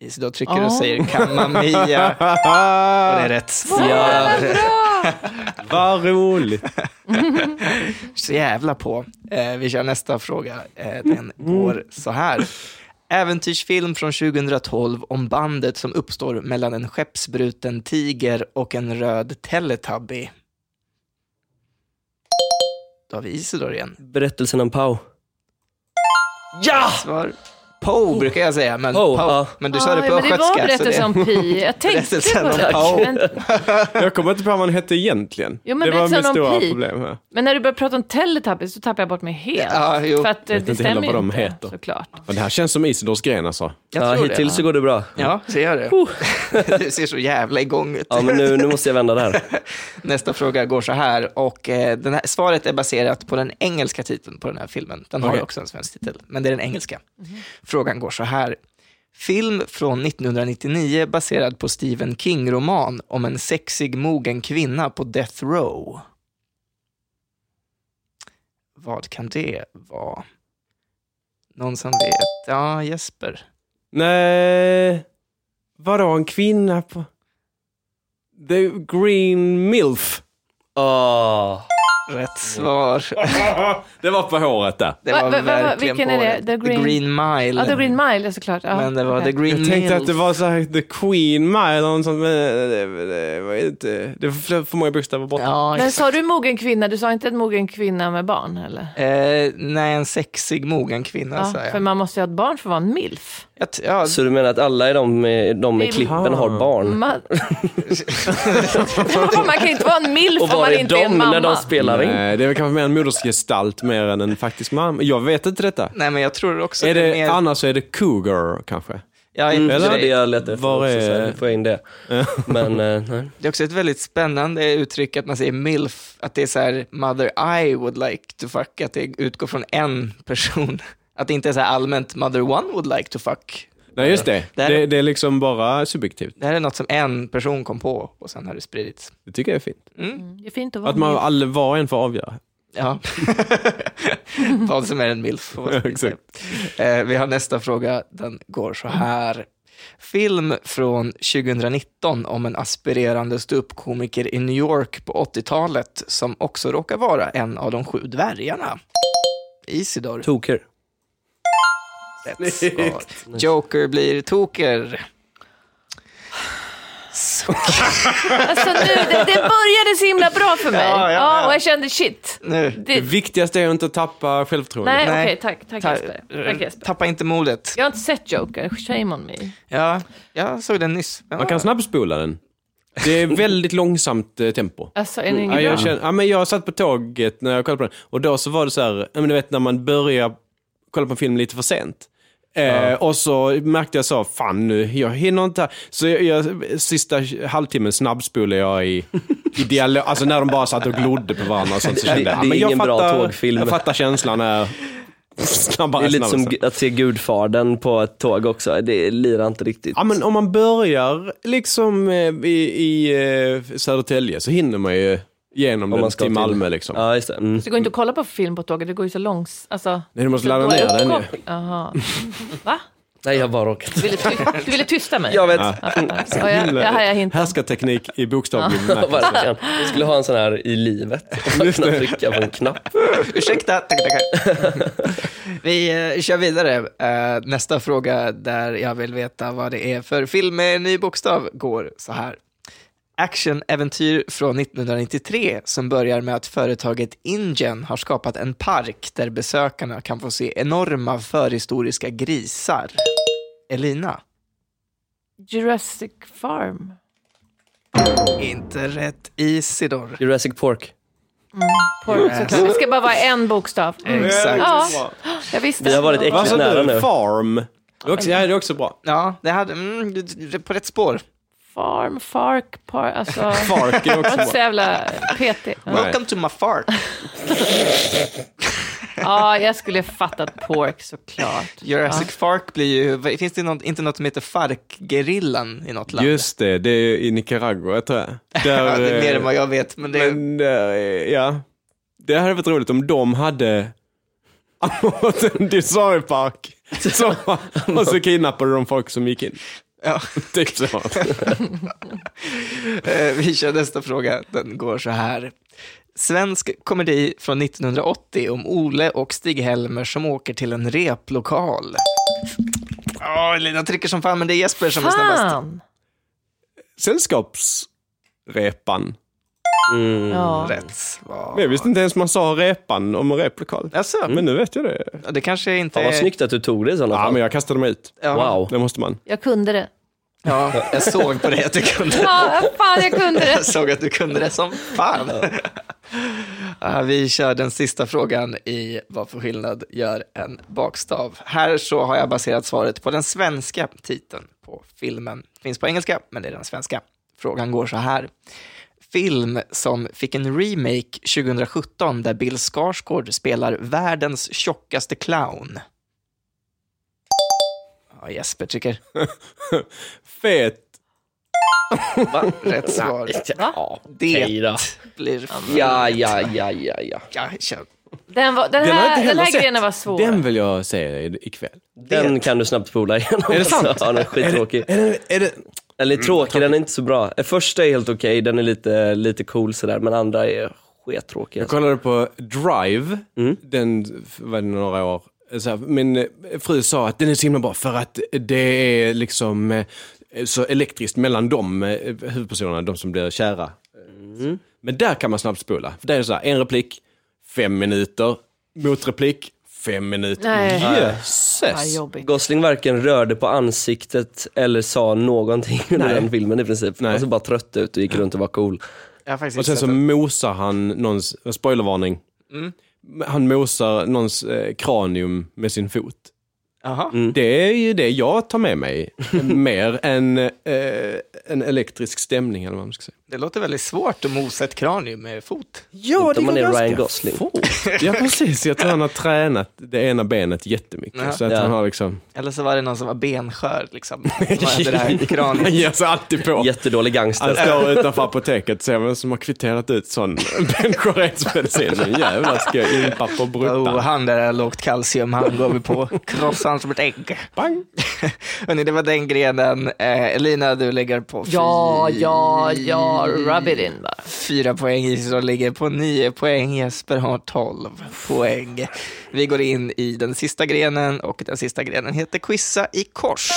Speaker 3: Isidor trycker och
Speaker 1: Ja.
Speaker 3: säger Kamma Mia.
Speaker 1: *laughs*
Speaker 3: Och det är rätt
Speaker 4: Ja.
Speaker 3: svar.
Speaker 2: vad roligt.
Speaker 3: Så jävla på. Eh, vi kör nästa fråga. Eh, den går så här. Äventyrsfilm från 2012 om bandet som uppstår mellan en skeppsbruten tiger och en röd teletubby. Då har vi Isidor igen.
Speaker 4: Berättelsen om Pau.
Speaker 3: Ja! Svar. Po brukar jag säga, men,
Speaker 4: Po,
Speaker 3: po,
Speaker 4: ja.
Speaker 3: men du sa det
Speaker 1: Aj,
Speaker 3: på
Speaker 1: men det var
Speaker 3: östgötska. så
Speaker 1: berättelsen om Pi. Jag tänkte
Speaker 3: Berättelsen
Speaker 1: på
Speaker 3: om
Speaker 1: det.
Speaker 3: Pau.
Speaker 1: Men,
Speaker 2: Jag kommer inte på vad han hette egentligen.
Speaker 1: Jo, men
Speaker 2: det var
Speaker 1: berätta
Speaker 2: mitt
Speaker 1: om
Speaker 2: stora
Speaker 1: Pi.
Speaker 2: problem här.
Speaker 1: men när du börjar prata om Teletubbies så tappar jag bort mig helt.
Speaker 3: Ja, jo.
Speaker 1: För att eh,
Speaker 2: Vet
Speaker 1: det
Speaker 2: inte
Speaker 1: stämmer
Speaker 2: heller vad
Speaker 1: ju
Speaker 2: de
Speaker 1: inte,
Speaker 2: heter.
Speaker 1: såklart.
Speaker 2: Men det här känns som Isidors gren alltså.
Speaker 3: Jag
Speaker 4: ja,
Speaker 3: tror det.
Speaker 4: hittills så går det bra.
Speaker 3: Ja, ser jag *laughs* det? Du ser så jävla igång ut.
Speaker 4: Ja, men nu, nu måste jag vända
Speaker 2: *laughs*
Speaker 4: det här.
Speaker 3: Nästa fråga går så här och eh, den här, svaret är baserat på den engelska titeln på den här filmen. Den har ju
Speaker 2: Okej.
Speaker 3: också en svensk titel, men det är den engelska.
Speaker 1: Mhm.
Speaker 3: Frågan går så här. Film från 1999 baserad på Stephen King-roman om en sexig mogen kvinna på death row. Vad kan det vara? Någon som vet? Ja, Jesper.
Speaker 2: Nej, vadå en kvinna på... The Green Milf. Ah.
Speaker 4: Åh.
Speaker 2: Mm.
Speaker 3: Rätt svar.
Speaker 2: *laughs* det var på håret där.
Speaker 3: Det
Speaker 1: Va-
Speaker 3: var
Speaker 1: va- va-
Speaker 3: verkligen
Speaker 1: vilken är
Speaker 3: på
Speaker 1: det?
Speaker 3: den.
Speaker 1: The Green-
Speaker 3: Mile.
Speaker 1: Ja, The Green Mile ja, såklart. Ja,
Speaker 3: Men det var
Speaker 1: okej.
Speaker 3: The Green
Speaker 2: Jag tänkte
Speaker 3: Mills.
Speaker 2: att det var så här, The Queen Mile eller eh, något sånt, men det, eh, det var inte... Det var för- för många bokstäver bort.
Speaker 3: Ja,
Speaker 1: Men
Speaker 3: exakt.
Speaker 1: sa du mogen kvinna? Du sa inte en mogen kvinna med barn eller?
Speaker 3: Eh, nej, en sexig mogen kvinna
Speaker 1: Ja,
Speaker 3: sa
Speaker 1: för
Speaker 3: jag.
Speaker 1: man måste ju ha ett barn för att vara en milf.
Speaker 3: jag t- ja,
Speaker 4: Så du menar att alla i de, i de i
Speaker 1: Jaha.
Speaker 4: klippen har
Speaker 3: *laughs*
Speaker 4: barn?
Speaker 1: Man... man kan ju inte vara en milf
Speaker 4: Och
Speaker 1: om
Speaker 4: var
Speaker 1: man
Speaker 4: är
Speaker 1: inte är
Speaker 4: de
Speaker 1: en mamma.
Speaker 4: när de spelar in?
Speaker 2: Nej, det är väl kanske mer en modersgestalt mer än en faktisk mamma. Jag vet inte detta.
Speaker 3: nej, men jag tror också
Speaker 2: Är
Speaker 3: att
Speaker 2: det,
Speaker 3: mer...
Speaker 2: Annars så är det Cougar kanske.
Speaker 3: ja,
Speaker 4: Mm, det
Speaker 2: Eller?
Speaker 4: var det jag letade efter
Speaker 2: Var
Speaker 4: också, så
Speaker 2: är-
Speaker 4: här, nu får jag in det. Men eh, nej.
Speaker 3: Det är också ett väldigt spännande uttryck att man säger milf, att det är så här mother I would like to fuck, att det utgår från en person. *laughs* Att det inte är så här allmänt mother one would like to fuck.
Speaker 2: Nej, just det.
Speaker 3: Där-
Speaker 2: Det, det är liksom bara subjektivt.
Speaker 3: Det här är något som en person kom på och sen har det spridits. Mm.
Speaker 2: Det tycker jag är fint.
Speaker 1: Mm, Det är fint att vara
Speaker 2: Att man
Speaker 1: milf.
Speaker 2: all, var och en får avgöra. *laughs*
Speaker 3: Ja. vad som är en milf. och vad som inte är.
Speaker 2: Exakt.
Speaker 3: Eh, vi har nästa fråga, den går så här. Film från 2019 om en aspirerande ståuppkomiker i New York på 80-talet som också råkar vara en av de sju dvärgarna. Isidor.
Speaker 4: Toker.
Speaker 3: Rätt svar. Joker blir toker. Så,
Speaker 1: Alltså nu, det, det började så himla bra för mig.
Speaker 3: Ja, ja,
Speaker 1: Ja,
Speaker 3: ja.
Speaker 1: och jag kände shit.
Speaker 3: nu.
Speaker 2: Det
Speaker 1: Det,
Speaker 2: viktigaste är att inte tappa självförtroendet.
Speaker 1: nej,
Speaker 3: Nej.
Speaker 1: okej, tack, tack, Jesper. tack Jesper.
Speaker 3: Tappa inte modet.
Speaker 1: Jag har inte sett Joker, shame on me.
Speaker 3: Ja, jag såg den nyss. Den
Speaker 2: Man kan
Speaker 3: var-
Speaker 2: snabbspola den. Det är väldigt långsamt eh, tempo.
Speaker 1: Alltså, är det
Speaker 2: Ja,
Speaker 1: ingen bra?
Speaker 2: jag, känner, ja, men jag satt på tåget när jag kollade på den och då så var det så här, ja, men du vet när man börjar kolla på en film lite för sent. Eh, Och så märkte jag så, fan nu, jag hinner inte. här." Så jag, jag, sista halvtimmen snabbspolade jag i, i dialog, alltså när de bara satt och glodde på varandra och sånt så
Speaker 4: Det-
Speaker 2: kände jag, "Ja,
Speaker 4: det är
Speaker 2: men jag
Speaker 4: ingen bra
Speaker 2: fattar,
Speaker 4: tågfilm."
Speaker 2: Jag fattar känslan när snabbare
Speaker 4: Det är lite
Speaker 2: snabbare.
Speaker 4: som gu- att se Gudfadern på ett tåg också. Det lirar inte riktigt.
Speaker 2: Ja men om man börjar liksom eh, i, i eh, Södertälje så hinner man ju genom
Speaker 4: Om
Speaker 2: den
Speaker 4: man ska
Speaker 2: till
Speaker 4: till-
Speaker 2: Malmö liksom.
Speaker 4: Ja, just det. Mm.
Speaker 1: Så det går inte att kolla på film på tåget, det går ju så långs... Alltså,
Speaker 2: Nej, du måste ladda
Speaker 1: då
Speaker 2: ner
Speaker 1: är
Speaker 2: den nu.
Speaker 1: uppkoppling- Jaha. Va?
Speaker 4: Nej, jag bara råkat.
Speaker 1: Du ville, ty- du ville tysta mig?
Speaker 4: Jag vet. Mm.
Speaker 1: Ja, jag, jag hajar hinten.
Speaker 2: Härskarteknik i bokstavlig
Speaker 4: *laughs*
Speaker 2: bemärkelse.
Speaker 4: Verkligen. Jag skulle ha en sån här
Speaker 2: *laughs*
Speaker 4: i livet. Och kunna trycka på en knapp.
Speaker 3: Ursäkta, tackar, tackar. Vi eh, kör vidare. Eh, nästa fråga där jag vill veta vad det är för film med en ny bokstav går så här. Actionäventyr från 1993 som börjar med att företaget Ingen har skapat en park där besökarna kan få se enorma förhistoriska grisar. Elina?
Speaker 1: Jurassic Farm. Mm,
Speaker 3: Inte rätt Isidor.
Speaker 4: Jurassic Pork.
Speaker 1: Pork, såklart. Det ska bara vara en bokstav.
Speaker 3: Exakt.
Speaker 1: Mm. Ja, jag visste.
Speaker 4: Vi har varit
Speaker 2: Vad
Speaker 4: äckligt
Speaker 2: sa
Speaker 4: nära
Speaker 2: du?
Speaker 4: nu.
Speaker 2: Farm? Det är också, ja, det är också bra.
Speaker 3: Ja, det hade... Mm, du- du- på rätt spår.
Speaker 1: Farm, fark, par, alltså... Jag
Speaker 2: Fark är
Speaker 1: *laughs*
Speaker 2: också
Speaker 1: var inte så
Speaker 2: bra.
Speaker 1: jävla
Speaker 2: *laughs*
Speaker 1: petig. Ja.
Speaker 3: Welcome to my fark.
Speaker 1: ja, jag skulle fattat pork såklart.
Speaker 3: Jurassic Fark blir ju, vad- finns det något, inte något som heter Farc-gerillan i något land?
Speaker 2: Just det, det är i Nicaragua tror
Speaker 4: *laughs*
Speaker 2: jag. Där,
Speaker 3: ja, det är mer
Speaker 2: eh,
Speaker 3: än vad jag vet, men det är
Speaker 2: men där, eh, ja. Det hade varit roligt om de hade *laughs* en
Speaker 4: *laughs*
Speaker 2: dinosauriepark. Så- Och så kidnappade de folk som gick in.
Speaker 3: ja. *laughs*
Speaker 2: Typ så.
Speaker 3: Eh, Vi kör nästa fråga, den går så här. Svensk komedi från 1980 om Ole och Stig-Helmer som åker till en replokal. Ja, Elina trycker som fan, men det är Jesper som är snabbast. Mm,
Speaker 1: Fan!
Speaker 2: Sällskapsrepan.
Speaker 4: Mm.
Speaker 1: Ja.
Speaker 3: Rätt svar.
Speaker 2: Jag visste inte ens man sa repan om en replokal.
Speaker 3: Alltså,
Speaker 2: Men nu vet jag det.
Speaker 3: det kanske inte
Speaker 4: Fan vad
Speaker 3: är-
Speaker 4: snyggt att du tog det i sådana
Speaker 2: Eh, Ja,
Speaker 4: fall.
Speaker 2: men jag kastade mig ut.
Speaker 3: Ja,
Speaker 4: Wow.
Speaker 2: Det måste man.
Speaker 1: Jag kunde det.
Speaker 3: Ja, jag såg på dig att du kunde.
Speaker 1: Ja, fan jag kunde det.
Speaker 3: Jag såg att du kunde det som fan. Ah, Vi kör den sista frågan i vad för skillnad gör en bakstav. Här så har jag baserat svaret på den svenska titeln på filmen. Finns på engelska, men det är den svenska. Frågan går så här. Film som fick en remake 2017 där Bill Skarsgård spelar världens tjockaste clown. Ja, Jesper tycker.
Speaker 2: Fet.
Speaker 3: Va? Rätt svar.
Speaker 4: *laughs* Ja,
Speaker 3: Det
Speaker 4: okej då.
Speaker 3: blir...
Speaker 4: Ja, ja, ja, ja, ja.
Speaker 3: Ja, kör.
Speaker 1: Den, var, den,
Speaker 2: Den har jag
Speaker 1: här,
Speaker 2: inte
Speaker 1: den,
Speaker 2: heller
Speaker 1: här
Speaker 2: sett.
Speaker 1: grenen var svår.
Speaker 2: Den vill jag se i- ikväll.
Speaker 4: Den kan du snabbt spola igenom.
Speaker 2: Är det sant?
Speaker 4: Alltså, Ja, den är skittråkig.
Speaker 2: Är det, Mm, är det...
Speaker 4: Eller tråkig, den är inte så bra. Eh, Första är helt okej, den är lite, lite cool sådär, men andra är skittråkig.
Speaker 2: Jag
Speaker 4: Alltså.
Speaker 2: kollade på Drive, den f- var det några år. Så här, min eh, fru sa att den är så himla bra för att det är liksom eh, så elektriskt mellan de eh, huvudpersonerna, de som blir kära. Men där kan man snabbt spola. För där är det så här, en replik, fem minuter, motreplik, fem minuter.
Speaker 1: Nej. Ja,
Speaker 2: Jösses!
Speaker 1: jobbigt.
Speaker 4: Gosling varken rörde på ansiktet eller sa någonting under den filmen i princip.
Speaker 2: Nej.
Speaker 4: Han såg bara trött ut och gick runt och var cool.
Speaker 3: Jag har faktiskt
Speaker 2: Och sen
Speaker 3: inte
Speaker 2: så
Speaker 3: sett den.
Speaker 2: mosar han någons, spoilervarning, han mosar någons eh, kranium med sin fot.
Speaker 3: Jaha.
Speaker 2: Det är ju det jag tar med *laughs* mig, mer än eh, en elektrisk stämning eller vad man ska säga.
Speaker 3: Det låter väldigt svårt att mosa ett kranium med fot.
Speaker 2: Ja,
Speaker 4: Inte om man är Ryan Gosling.
Speaker 2: Ja, precis. Jag tror han har tränat det ena benet jättemycket.
Speaker 3: Ja.
Speaker 2: Så att
Speaker 4: Ja.
Speaker 2: han har liksom...
Speaker 3: Eller så var det någon som var benskör,
Speaker 2: *laughs*
Speaker 3: liksom. Som hade det här
Speaker 2: Han
Speaker 3: kraniet.
Speaker 2: ger sig alltid på.
Speaker 4: Jättedålig
Speaker 2: Han
Speaker 4: gangster.
Speaker 2: står utanför apoteket och ser vem som har kvitterat ut sån *laughs* benskörhetsmedicin. Nu jävlar ska jag impa på bruttan.
Speaker 3: Oh, han där har lågt kalcium, han går vi på. Krossa fan som ett ägg. *laughs*
Speaker 2: Bang!
Speaker 3: Hörrni, det var den grenen. Eh, Elina, du lägger på
Speaker 1: Ja, ja, ja, rub it in bara.
Speaker 3: fyra poäng. Israel ligger på nio poäng. Jesper har tolv poäng. Vi går in i den sista grenen och den sista grenen heter Quissa i kors.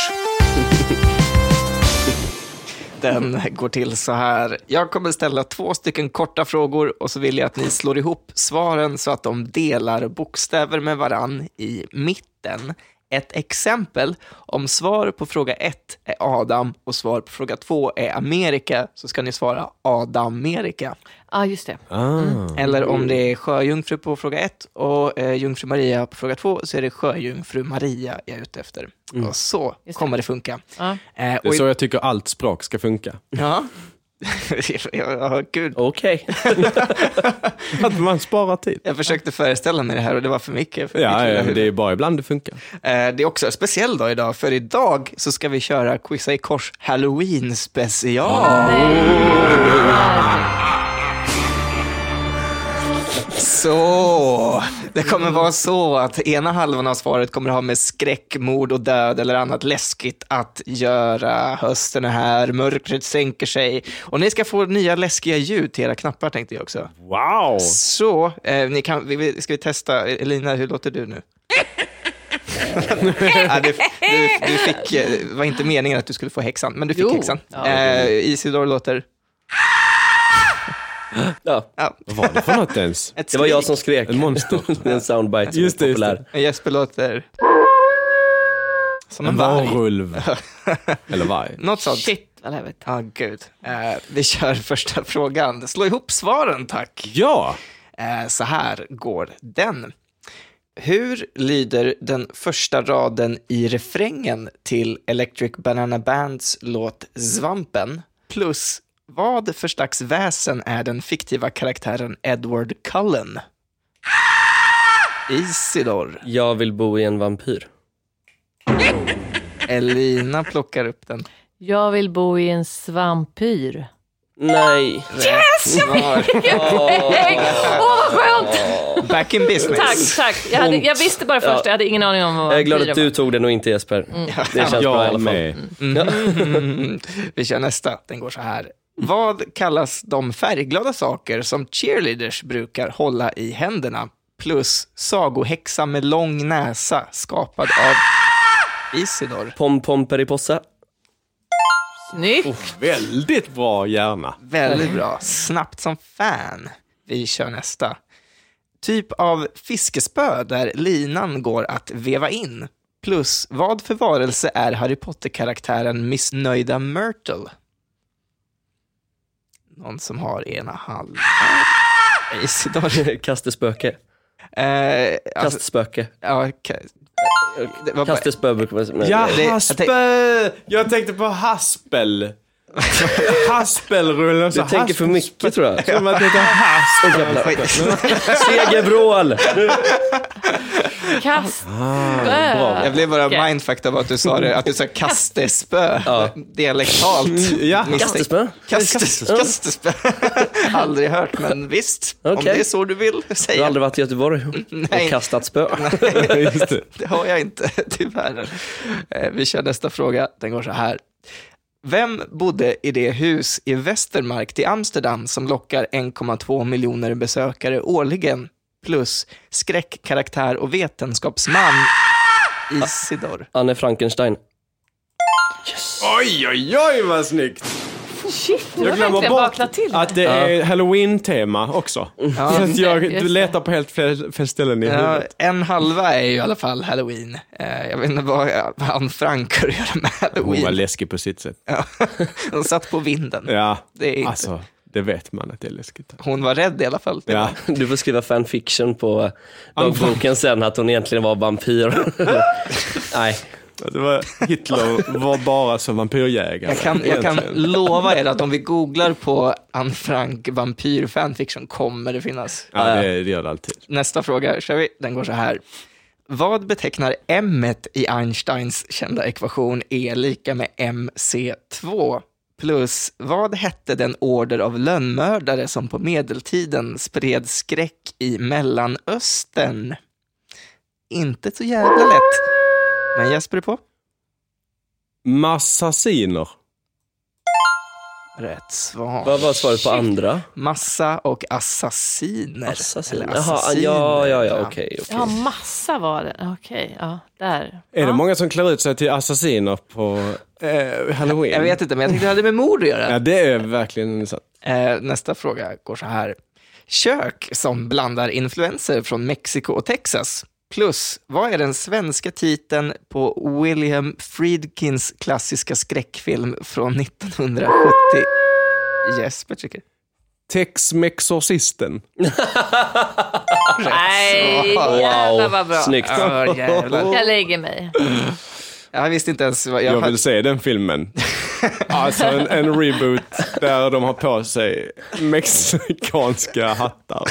Speaker 3: Den *laughs* går till så här. Jag kommer ställa två stycken korta frågor och så vill jag att ni slår ihop svaren så att de delar bokstäver med varann i mitten. Ett exempel, om svar på fråga 1 är Adam och svar på fråga 2 är Amerika så ska ni svara Adamerika.
Speaker 1: Ja, just det.
Speaker 2: Ah.
Speaker 3: Eller om det är sjöjungfru på fråga 1 och eh, jungfru Maria på fråga 2 så är det sjöjungfru Maria jag är ute efter. Och så kommer det funka.
Speaker 1: Ja.
Speaker 3: Eh,
Speaker 2: Mm. Det är
Speaker 3: och i,
Speaker 2: så jag tycker allt språk ska funka.
Speaker 3: ja. *laughs* ja, gud.
Speaker 4: Okej.
Speaker 2: Att man sparar tid.
Speaker 3: Jag försökte föreställa mig det här och det var för mycket. För
Speaker 2: Ja, *laughs*
Speaker 3: mitt
Speaker 2: ja,
Speaker 3: lilla
Speaker 2: men det är bara ibland det funkar.
Speaker 3: Eh, Det är också en speciell dag idag, för idag så ska vi köra Quizza i kors Halloween special. Så, det kommer vara så att ena halvan av svaret kommer ha med skräck, mord och död eller annat läskigt att göra. Hösten är här, mörkret sänker sig och ni ska få nya läskiga ljud till era knappar tänkte jag också.
Speaker 2: Wow!
Speaker 3: Så, eh, ni kan, vi- vi, ska vi testa? Elina, hur låter du nu? ja, du, du, du fick, eh, det var inte meningen att du skulle få häxan, men du fick
Speaker 1: Jo.
Speaker 3: häxan.
Speaker 1: Ja.
Speaker 3: Eh, Isidor låter...
Speaker 4: Ja,
Speaker 3: Ja,
Speaker 2: Vad var det för något ens?
Speaker 3: ett
Speaker 4: det var jag
Speaker 3: skrik.
Speaker 4: som skrek.
Speaker 2: En monster.
Speaker 4: *laughs* Det är en soundbite som
Speaker 2: Just
Speaker 4: är
Speaker 2: det, just
Speaker 4: populär.
Speaker 3: Och eh, Jesper låter... Som en
Speaker 2: En
Speaker 3: varg.
Speaker 2: varulv. Eller varg.
Speaker 3: Något sånt.
Speaker 1: Shit, vad läbbigt.
Speaker 3: Ja, gud. Eh, vi kör första frågan. Slå ihop svaren, tack.
Speaker 2: Ja!
Speaker 3: Eh, så här går den. Hur lyder den första raden i refrängen till Electric Banana Bands låt Svampen? Plus, vad för slags väsen är den fiktiva karaktären Edward Cullen? Isidor.
Speaker 4: Jag vill bo i en vampyr.
Speaker 3: Elina plockar upp den.
Speaker 1: Jag vill bo i en svampyr.
Speaker 4: Nej.
Speaker 3: Yes! Svar.
Speaker 1: *laughs* Åh, vad skönt!
Speaker 3: Back in business.
Speaker 1: Tack, tack. Jag, hade, jag visste bara först, jag hade ingen aning om vad
Speaker 4: Jag är glad
Speaker 1: vampyrer
Speaker 4: att du
Speaker 1: var.
Speaker 4: tog den och inte Jesper. Det känns bra i alla
Speaker 2: Jag
Speaker 4: fall.
Speaker 2: med.
Speaker 3: Mm. Vi kör nästa. Den går så här. Vad kallas de färgglada saker som cheerleaders brukar hålla i händerna? Plus sagohäxa med lång näsa skapad av Isidor.
Speaker 4: Pom-pom peripossa.
Speaker 1: Snyggt.
Speaker 2: Väldigt bra hjärna.
Speaker 3: Väldigt bra. Snabbt som fan. Vi kör nästa. Typ av fiskespö där linan går att veva in. Plus, vad för varelse är Harry Potter-karaktären Missnöjda Myrtle? Någon som har ena halvan. Isidor.
Speaker 4: Kastespöke.
Speaker 3: Alltså- Eh, alltså,
Speaker 4: Kastspöke.
Speaker 3: ja, ka- det var bara-
Speaker 4: Kastespö brukar man säga.
Speaker 2: Ja,
Speaker 3: det- jag
Speaker 2: haspel! Jag tänkte på haspel. Haspelrullen.
Speaker 4: Du tänker för mycket tror jag.
Speaker 2: Som att det heter hasp.
Speaker 3: *laughs*
Speaker 4: Segerbrål!
Speaker 1: Kast.
Speaker 2: bra.
Speaker 3: Jag blev
Speaker 1: Okej.
Speaker 3: bara mindfucked av att du sa det, att du sa kastespö dialektalt.
Speaker 2: Ja.
Speaker 3: Misstänkt.
Speaker 4: Kastespö.
Speaker 3: Kastes, kastespö. *laughs* Aldrig hört, men visst. Om
Speaker 4: Okej.
Speaker 3: det är så du vill
Speaker 4: Du har
Speaker 3: säga. *laughs*
Speaker 4: aldrig varit i Göteborg
Speaker 3: Nej.
Speaker 4: och kastat spö.
Speaker 2: Just det.
Speaker 3: Det har jag inte, *laughs* tyvärr. Eh, Vi kör nästa fråga. Den går så här. Vem bodde i det hus i Västermark i Amsterdam som lockar 1,2 miljoner besökare årligen? Plus skräckkaraktär och vetenskapsman Isidor.
Speaker 4: Anne Frankenstein.
Speaker 2: Oj, oj, oj vad snyggt!
Speaker 1: Shit, du har
Speaker 2: Jag glömmer
Speaker 1: verkligen vaknat
Speaker 2: bort
Speaker 1: till.
Speaker 2: att det är halloween-tema också. *laughs* Så att jag
Speaker 1: Just det.
Speaker 2: letar på helt fel, fel ställen i
Speaker 3: Ja,
Speaker 2: huvudet.
Speaker 3: en halva är ju i alla fall halloween. Eh, Jag vet inte vad eh, vad Anne Frank har att göra
Speaker 2: Hon
Speaker 3: med
Speaker 2: var
Speaker 3: halloween.
Speaker 2: läskig på sitt sätt.
Speaker 3: Ja. *laughs* Hon satt på vinden.
Speaker 2: Ja,
Speaker 3: Det är inte-
Speaker 2: alltså det vet man att det är läskigt.
Speaker 3: Hon var rädd i alla fall.
Speaker 2: Ja.
Speaker 4: Du får skriva fanfiction på dagboken sen, att hon egentligen var vampyr. *laughs* Nej,
Speaker 2: Det var, Hitler var bara som vampyrjägare.
Speaker 3: Jag kan, jag kan
Speaker 2: egentligen.
Speaker 3: lova er att om vi googlar på Anne Frank vampyr fanfiction kommer det finnas.
Speaker 2: Ja, det, det gör det alltid.
Speaker 3: Nästa fråga kör vi. Den går så här. Vad betecknar m i Einsteins kända ekvation E lika med mc2? Plus, vad hette den order av lönnmördare som på medeltiden spred skräck i Mellanöstern? Inte så jävla lätt. Men Jesper är på.
Speaker 2: Massassiner.
Speaker 3: Rätt svar.
Speaker 4: Vad var svaret på andra?
Speaker 3: Massa och assassiner.
Speaker 4: Assassiner.
Speaker 3: Eller
Speaker 4: Jaha, ja, ja, ja, okej. okej.
Speaker 1: Ja, massa var det. Okej, ja, där.
Speaker 2: Är
Speaker 1: ja.
Speaker 2: det många som klär ut sig till assassiner på eh, halloween?
Speaker 3: Jag vet inte, men jag tänkte det hade med mord att göra.
Speaker 2: Ja, det är verkligen sant.
Speaker 3: Eh, nästa fråga går så här. Kök som blandar influenser från Mexiko och Texas. Plus, vad är den svenska titeln på William Friedkins klassiska skräckfilm från 1970? Jesper tycker.
Speaker 2: Tex-Mexorcisten.
Speaker 1: Nej,
Speaker 3: Wow.
Speaker 1: jävlar vad bra.
Speaker 4: Snyggt.
Speaker 3: För
Speaker 1: *laughs*
Speaker 3: jävlar.
Speaker 1: Jag lägger mig.
Speaker 3: Jag visste inte ens vad
Speaker 2: Jag
Speaker 3: jag...
Speaker 2: vill se den filmen. Alltså en, en reboot där de har på sig mexikanska hattar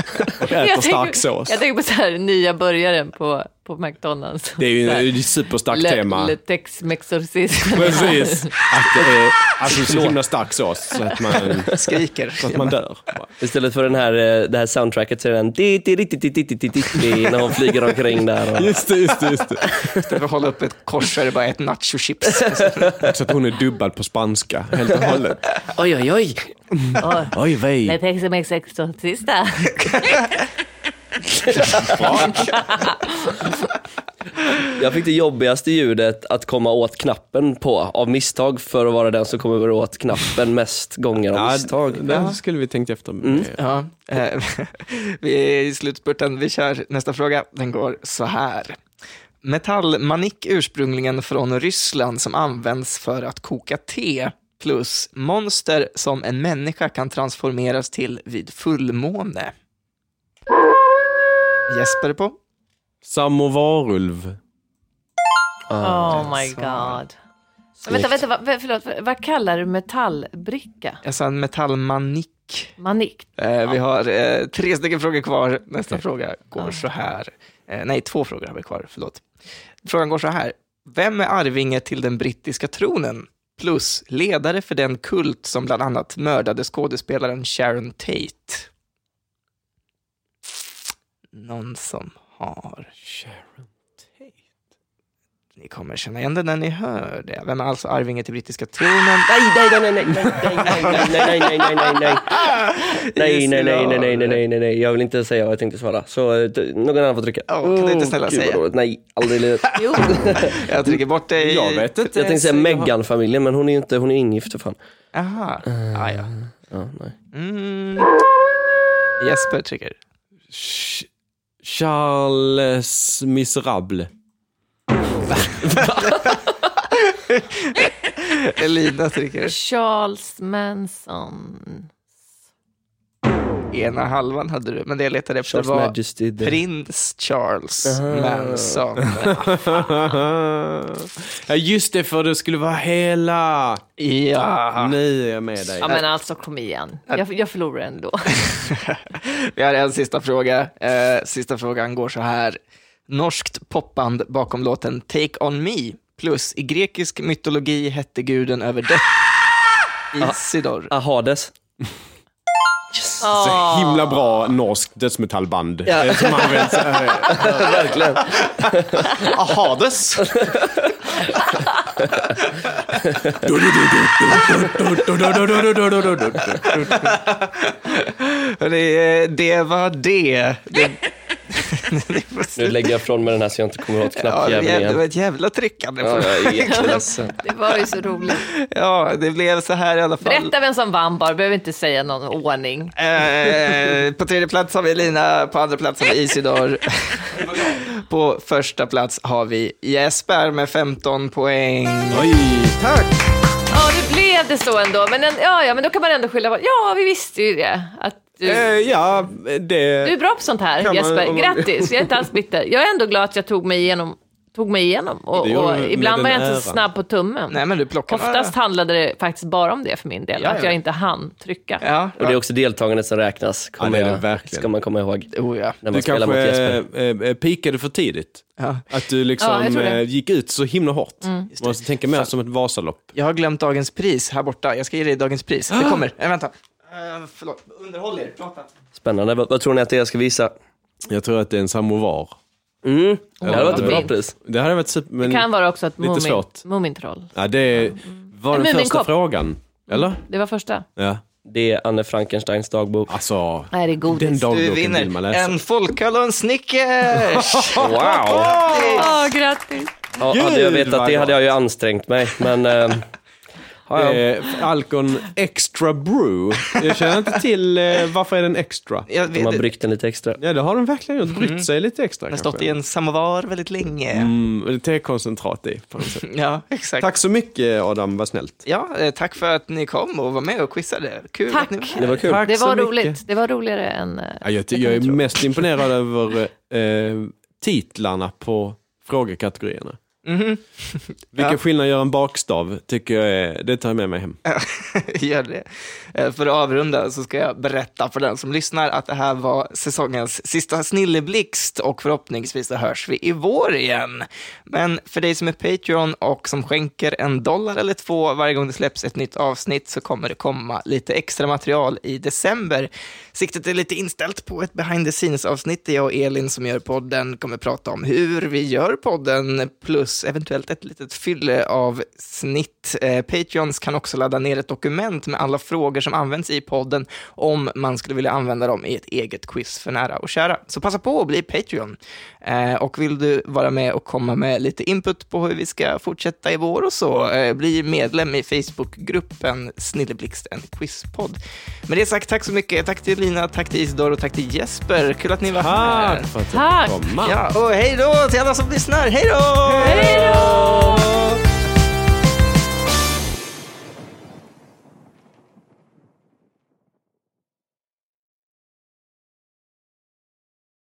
Speaker 2: och, och äter
Speaker 1: Jag
Speaker 2: stark sås.
Speaker 1: Jag tänker på så här, nya burgaren på, på McDonalds.
Speaker 2: Det är ju en- ett superstarkt tema.
Speaker 1: Letex mexorcism.
Speaker 2: Precis. Att det är alltså, så himla stark sås så att man,
Speaker 3: Skriker.
Speaker 2: så att *laughs* man dör.
Speaker 4: Istället för den här, eh, det här soundtracket så är det en di- di- di- di- di- di- di- di- di- när hon flyger omkring där. Och...
Speaker 2: Just det, just det, just det.
Speaker 3: Istället för *laughs* att hålla upp ett kors så är det bara ett nachochips.
Speaker 2: Också att hon är dubbad på spanska helt och hållet.
Speaker 4: Oj, oj, oj.
Speaker 1: Oh,
Speaker 2: *laughs* Oj, vej.
Speaker 1: Letex mexorcista.
Speaker 4: Jag fick det jobbigaste ljudet att komoma åt knappen på av misstag för att vara den som kommer åt knappen mest gånger av
Speaker 2: Ja, Mm.
Speaker 4: misstag.
Speaker 2: den skulle vi tänkt efter.
Speaker 3: Ja, eh, *laughs* vi är i slutspurten. Vi kör nästa fråga. Den går så här. Metallmanik ursprungligen från Ryssland som används för att koka te plus monster som en människa kan transformeras till vid fullmåne. Jesper på.
Speaker 2: Samovarulv.
Speaker 1: Oh my god. Men vänta, vänta, vad, förlåt, vad kallar du metallbricka?
Speaker 3: Jag sa en metallmanik.
Speaker 1: Manik?
Speaker 3: Eh, vi har eh, tre stycken frågor kvar. Nästa fråga går så här. Eh, nej, två frågor har vi kvar. Förlåt. Frågan går så här. Vem är arvinge till den brittiska tronen? Plus ledare för den kult som bland annat mördade skådespelaren Sharon Tate. Någon som har... Ni kommer känna igen den när ni hör det. Vem är alltså arvinge till brittiska tronen?
Speaker 4: Nej, nej, nej, nej, nej, nej, nej, nej, nej, nej, nej, nej, nej, nej, nej, nej, nej, nej, nej, nej, nej, jag vill inte säga vad jag tänkte svara. Så eh, d- någon annan får trycka.
Speaker 3: Ja, kan du inte snälla
Speaker 4: Åh, gud, vad
Speaker 3: säga?
Speaker 4: dåligt. Nej, aldrig i livet.
Speaker 1: Jo,
Speaker 3: Jag trycker bort dig.
Speaker 2: Jag vet inte.
Speaker 4: Jag tänkte säga Meghan-familjen, men hon är ju inte, hon är ingift för fan.
Speaker 3: Aha. Ah, ja.
Speaker 4: Eh, Ja, nej.
Speaker 3: Mm. Jesper trycker.
Speaker 2: Ch- Charles *laughs* Miserable.
Speaker 3: Elina trycker.
Speaker 1: Charles Manson.
Speaker 3: Ena halvan hade du, men det jag letade efter
Speaker 4: Charles
Speaker 3: var
Speaker 4: Majesty. the-
Speaker 3: prins Charles
Speaker 4: *laughs*
Speaker 3: Manson.
Speaker 2: ja, just det, för det skulle vara hela.
Speaker 4: Ah.
Speaker 3: Ja.
Speaker 2: Nu är jag med dig.
Speaker 1: Ja men alltså kom igen, jag, jag förlorar ändå.
Speaker 3: Vi har en sista fråga. Eh, sista frågan går så här. Norskt popband bakom låten Take On Me plus i grekisk mytologi hette guden över död. Isidor.
Speaker 4: Ah, Hades.
Speaker 2: Så
Speaker 1: Ah.
Speaker 2: himla bra norsk dödsmetallband. eh, Som *laughs* används. eh,
Speaker 4: Verkligen.
Speaker 3: Ahades. Hörrni, eh, det var
Speaker 4: *laughs*
Speaker 3: det. det... *laughs*
Speaker 4: Nu lägger jag ifrån mig den här så jag inte kommer åt
Speaker 3: Ja, det, var
Speaker 4: knappjäveln
Speaker 3: jävla, det var
Speaker 4: igen.
Speaker 3: ett jävla tryckande.
Speaker 4: Ja,
Speaker 3: på-
Speaker 4: jag
Speaker 2: *laughs*
Speaker 4: är jätteledsen.
Speaker 1: Det var ju så roligt.
Speaker 3: *laughs* Ja, det blev så här i alla fall.
Speaker 1: Berätta vem som vann bara, behöver inte säga någon ordning.
Speaker 3: Eh, på tredje plats har vi Elina, på andra plats har vi
Speaker 4: *laughs*
Speaker 3: Isidor. på första plats har vi Jesper med 15 poäng.
Speaker 2: Oj,
Speaker 3: Tack!
Speaker 1: Ja nu blev det så ändå, men, en, ja, ja, men då kan man ändå skylla på, ja vi visste ju det. Att du,
Speaker 2: eh, ja,
Speaker 1: Du är
Speaker 2: det...
Speaker 1: bra på sånt här
Speaker 2: Kan man-
Speaker 1: Jesper,
Speaker 2: om man-
Speaker 1: grattis. Jag är inte alls bitter. Jag är ändå glad att jag tog mig igenom. Tog mig igenom. Och,
Speaker 2: Det gör du
Speaker 1: och
Speaker 2: med
Speaker 1: ibland
Speaker 2: den
Speaker 1: var jag inte
Speaker 2: äran.
Speaker 1: så snabb på tummen.
Speaker 3: Nej, men du plockar
Speaker 1: Oftast handlade det faktiskt bara om det för min del,
Speaker 3: Ja,
Speaker 1: att
Speaker 3: ja.
Speaker 1: jag inte hann trycka.
Speaker 3: Ja,
Speaker 4: Och det är också deltagandet som räknas.
Speaker 2: Ja, det är det
Speaker 4: jag-
Speaker 2: verkligen.
Speaker 4: Ska man komma ihåg.
Speaker 3: oh, ja.
Speaker 4: När man
Speaker 2: Du
Speaker 4: spelar mot
Speaker 2: kanske
Speaker 4: Jesper.
Speaker 2: eh, eh, pikade för tidigt.
Speaker 3: Ja.
Speaker 2: Att du liksom
Speaker 1: Ja, jag tror det. Mm.
Speaker 2: eh, gick ut så himla hårt. Man måste tänka mer som ett Vasalopp.
Speaker 3: Jag har glömt dagens pris här borta. Jag ska ge dig dagens pris.
Speaker 4: *gasps*
Speaker 3: Det kommer. Äh, vänta. Uh, förlåt. Underhåll er. Prata.
Speaker 4: Spännande. Vad, vad tror ni att det är jag ska visa?
Speaker 2: Jag tror att det är en samovar.
Speaker 4: Mm. Det hade varit ett bra
Speaker 1: fint.
Speaker 4: pris.
Speaker 2: Det hade varit super... Men,
Speaker 1: Det kan vara också ett
Speaker 2: Lite
Speaker 1: mumin,
Speaker 2: svårt.
Speaker 1: Mumintroll.
Speaker 2: ja, det var
Speaker 1: En
Speaker 2: den första
Speaker 1: Muminkopp. Mm.
Speaker 2: frågan. Eller?
Speaker 1: Det var första.
Speaker 2: Ja.
Speaker 4: Det är Anne Frankensteins dagbok.
Speaker 2: Alltså,
Speaker 1: Nej, det är godis.
Speaker 2: den
Speaker 3: Du
Speaker 2: dagboken vill man
Speaker 3: vinner
Speaker 2: läsa.
Speaker 3: en folköl och en Snickers!
Speaker 4: *laughs* Wow!
Speaker 1: Åh, grattis!
Speaker 4: Ja,
Speaker 2: Gud,
Speaker 4: hade jag vetat
Speaker 2: vad
Speaker 4: det hade jag ju ansträngt mig.
Speaker 2: *laughs*
Speaker 4: Men, eh, ja, ja.
Speaker 2: Eh, Alcon Extra Brew. Jag känner inte till eh, varför är den extra.
Speaker 3: Jag
Speaker 4: de har
Speaker 3: vet,
Speaker 4: bryggt den lite extra.
Speaker 2: Ja, det har den verkligen gjort. Brytt sig lite extra.
Speaker 3: Mm. den har stått
Speaker 2: kanske.
Speaker 3: i en samovar väldigt länge.
Speaker 2: Mm, eller tekoncentrat i. På något sätt.
Speaker 3: Ja, exakt.
Speaker 2: Tack så mycket Adam, vad snällt.
Speaker 3: Ja, eh, tack för att ni kom och var med och quizade. Kul att
Speaker 1: Tack!
Speaker 3: ni var här.
Speaker 4: Det var kul.
Speaker 2: Tack
Speaker 1: Det
Speaker 2: så
Speaker 1: var
Speaker 2: mycket.
Speaker 1: roligt. Det var roligare än... eh,
Speaker 2: Ja, jag, ty-
Speaker 1: kan
Speaker 2: jag är
Speaker 1: jag tro.
Speaker 2: mest imponerad över eh, titlarna på frågekategorierna.
Speaker 3: Mhm.
Speaker 2: Vilken
Speaker 3: Ja.
Speaker 2: skillnad gör en bakstav, tycker jag är, det tar jag med mig hem.
Speaker 3: Gör det. Eh, För att avrunda så ska jag berätta för den som lyssnar att det här var säsongens sista snilleblixt och förhoppningsvis så hörs vi i vår igen. Men för dig som är Patreon och som skänker en dollar eller två varje gång det släpps ett nytt avsnitt så kommer det komma lite extra material i december. Siktet är lite inställt på ett behind the scenes avsnitt där jag och Elin som gör podden kommer prata om hur vi gör podden plus eventuellt ett litet fylle av snitt. Eh, Patreons kan också ladda ner ett dokument med alla frågor som används i podden om man skulle vilja använda dem i ett eget quiz för nära och kära. Så passa på att bli Patreon. Eh, och vill du vara med och komma med lite input på hur vi ska fortsätta i vår och så, eh, bli medlem i Facebookgruppen Snilleblixt en quizpodd. Med det sagt, tack så mycket. Tack till Lina, tack till Isidor och tack till Jesper. Kul att ni var här.
Speaker 2: Tack för att du
Speaker 1: Tack!
Speaker 2: kom.
Speaker 3: Ja, och hej då till alla som lyssnar. Hej då!
Speaker 1: Hej då!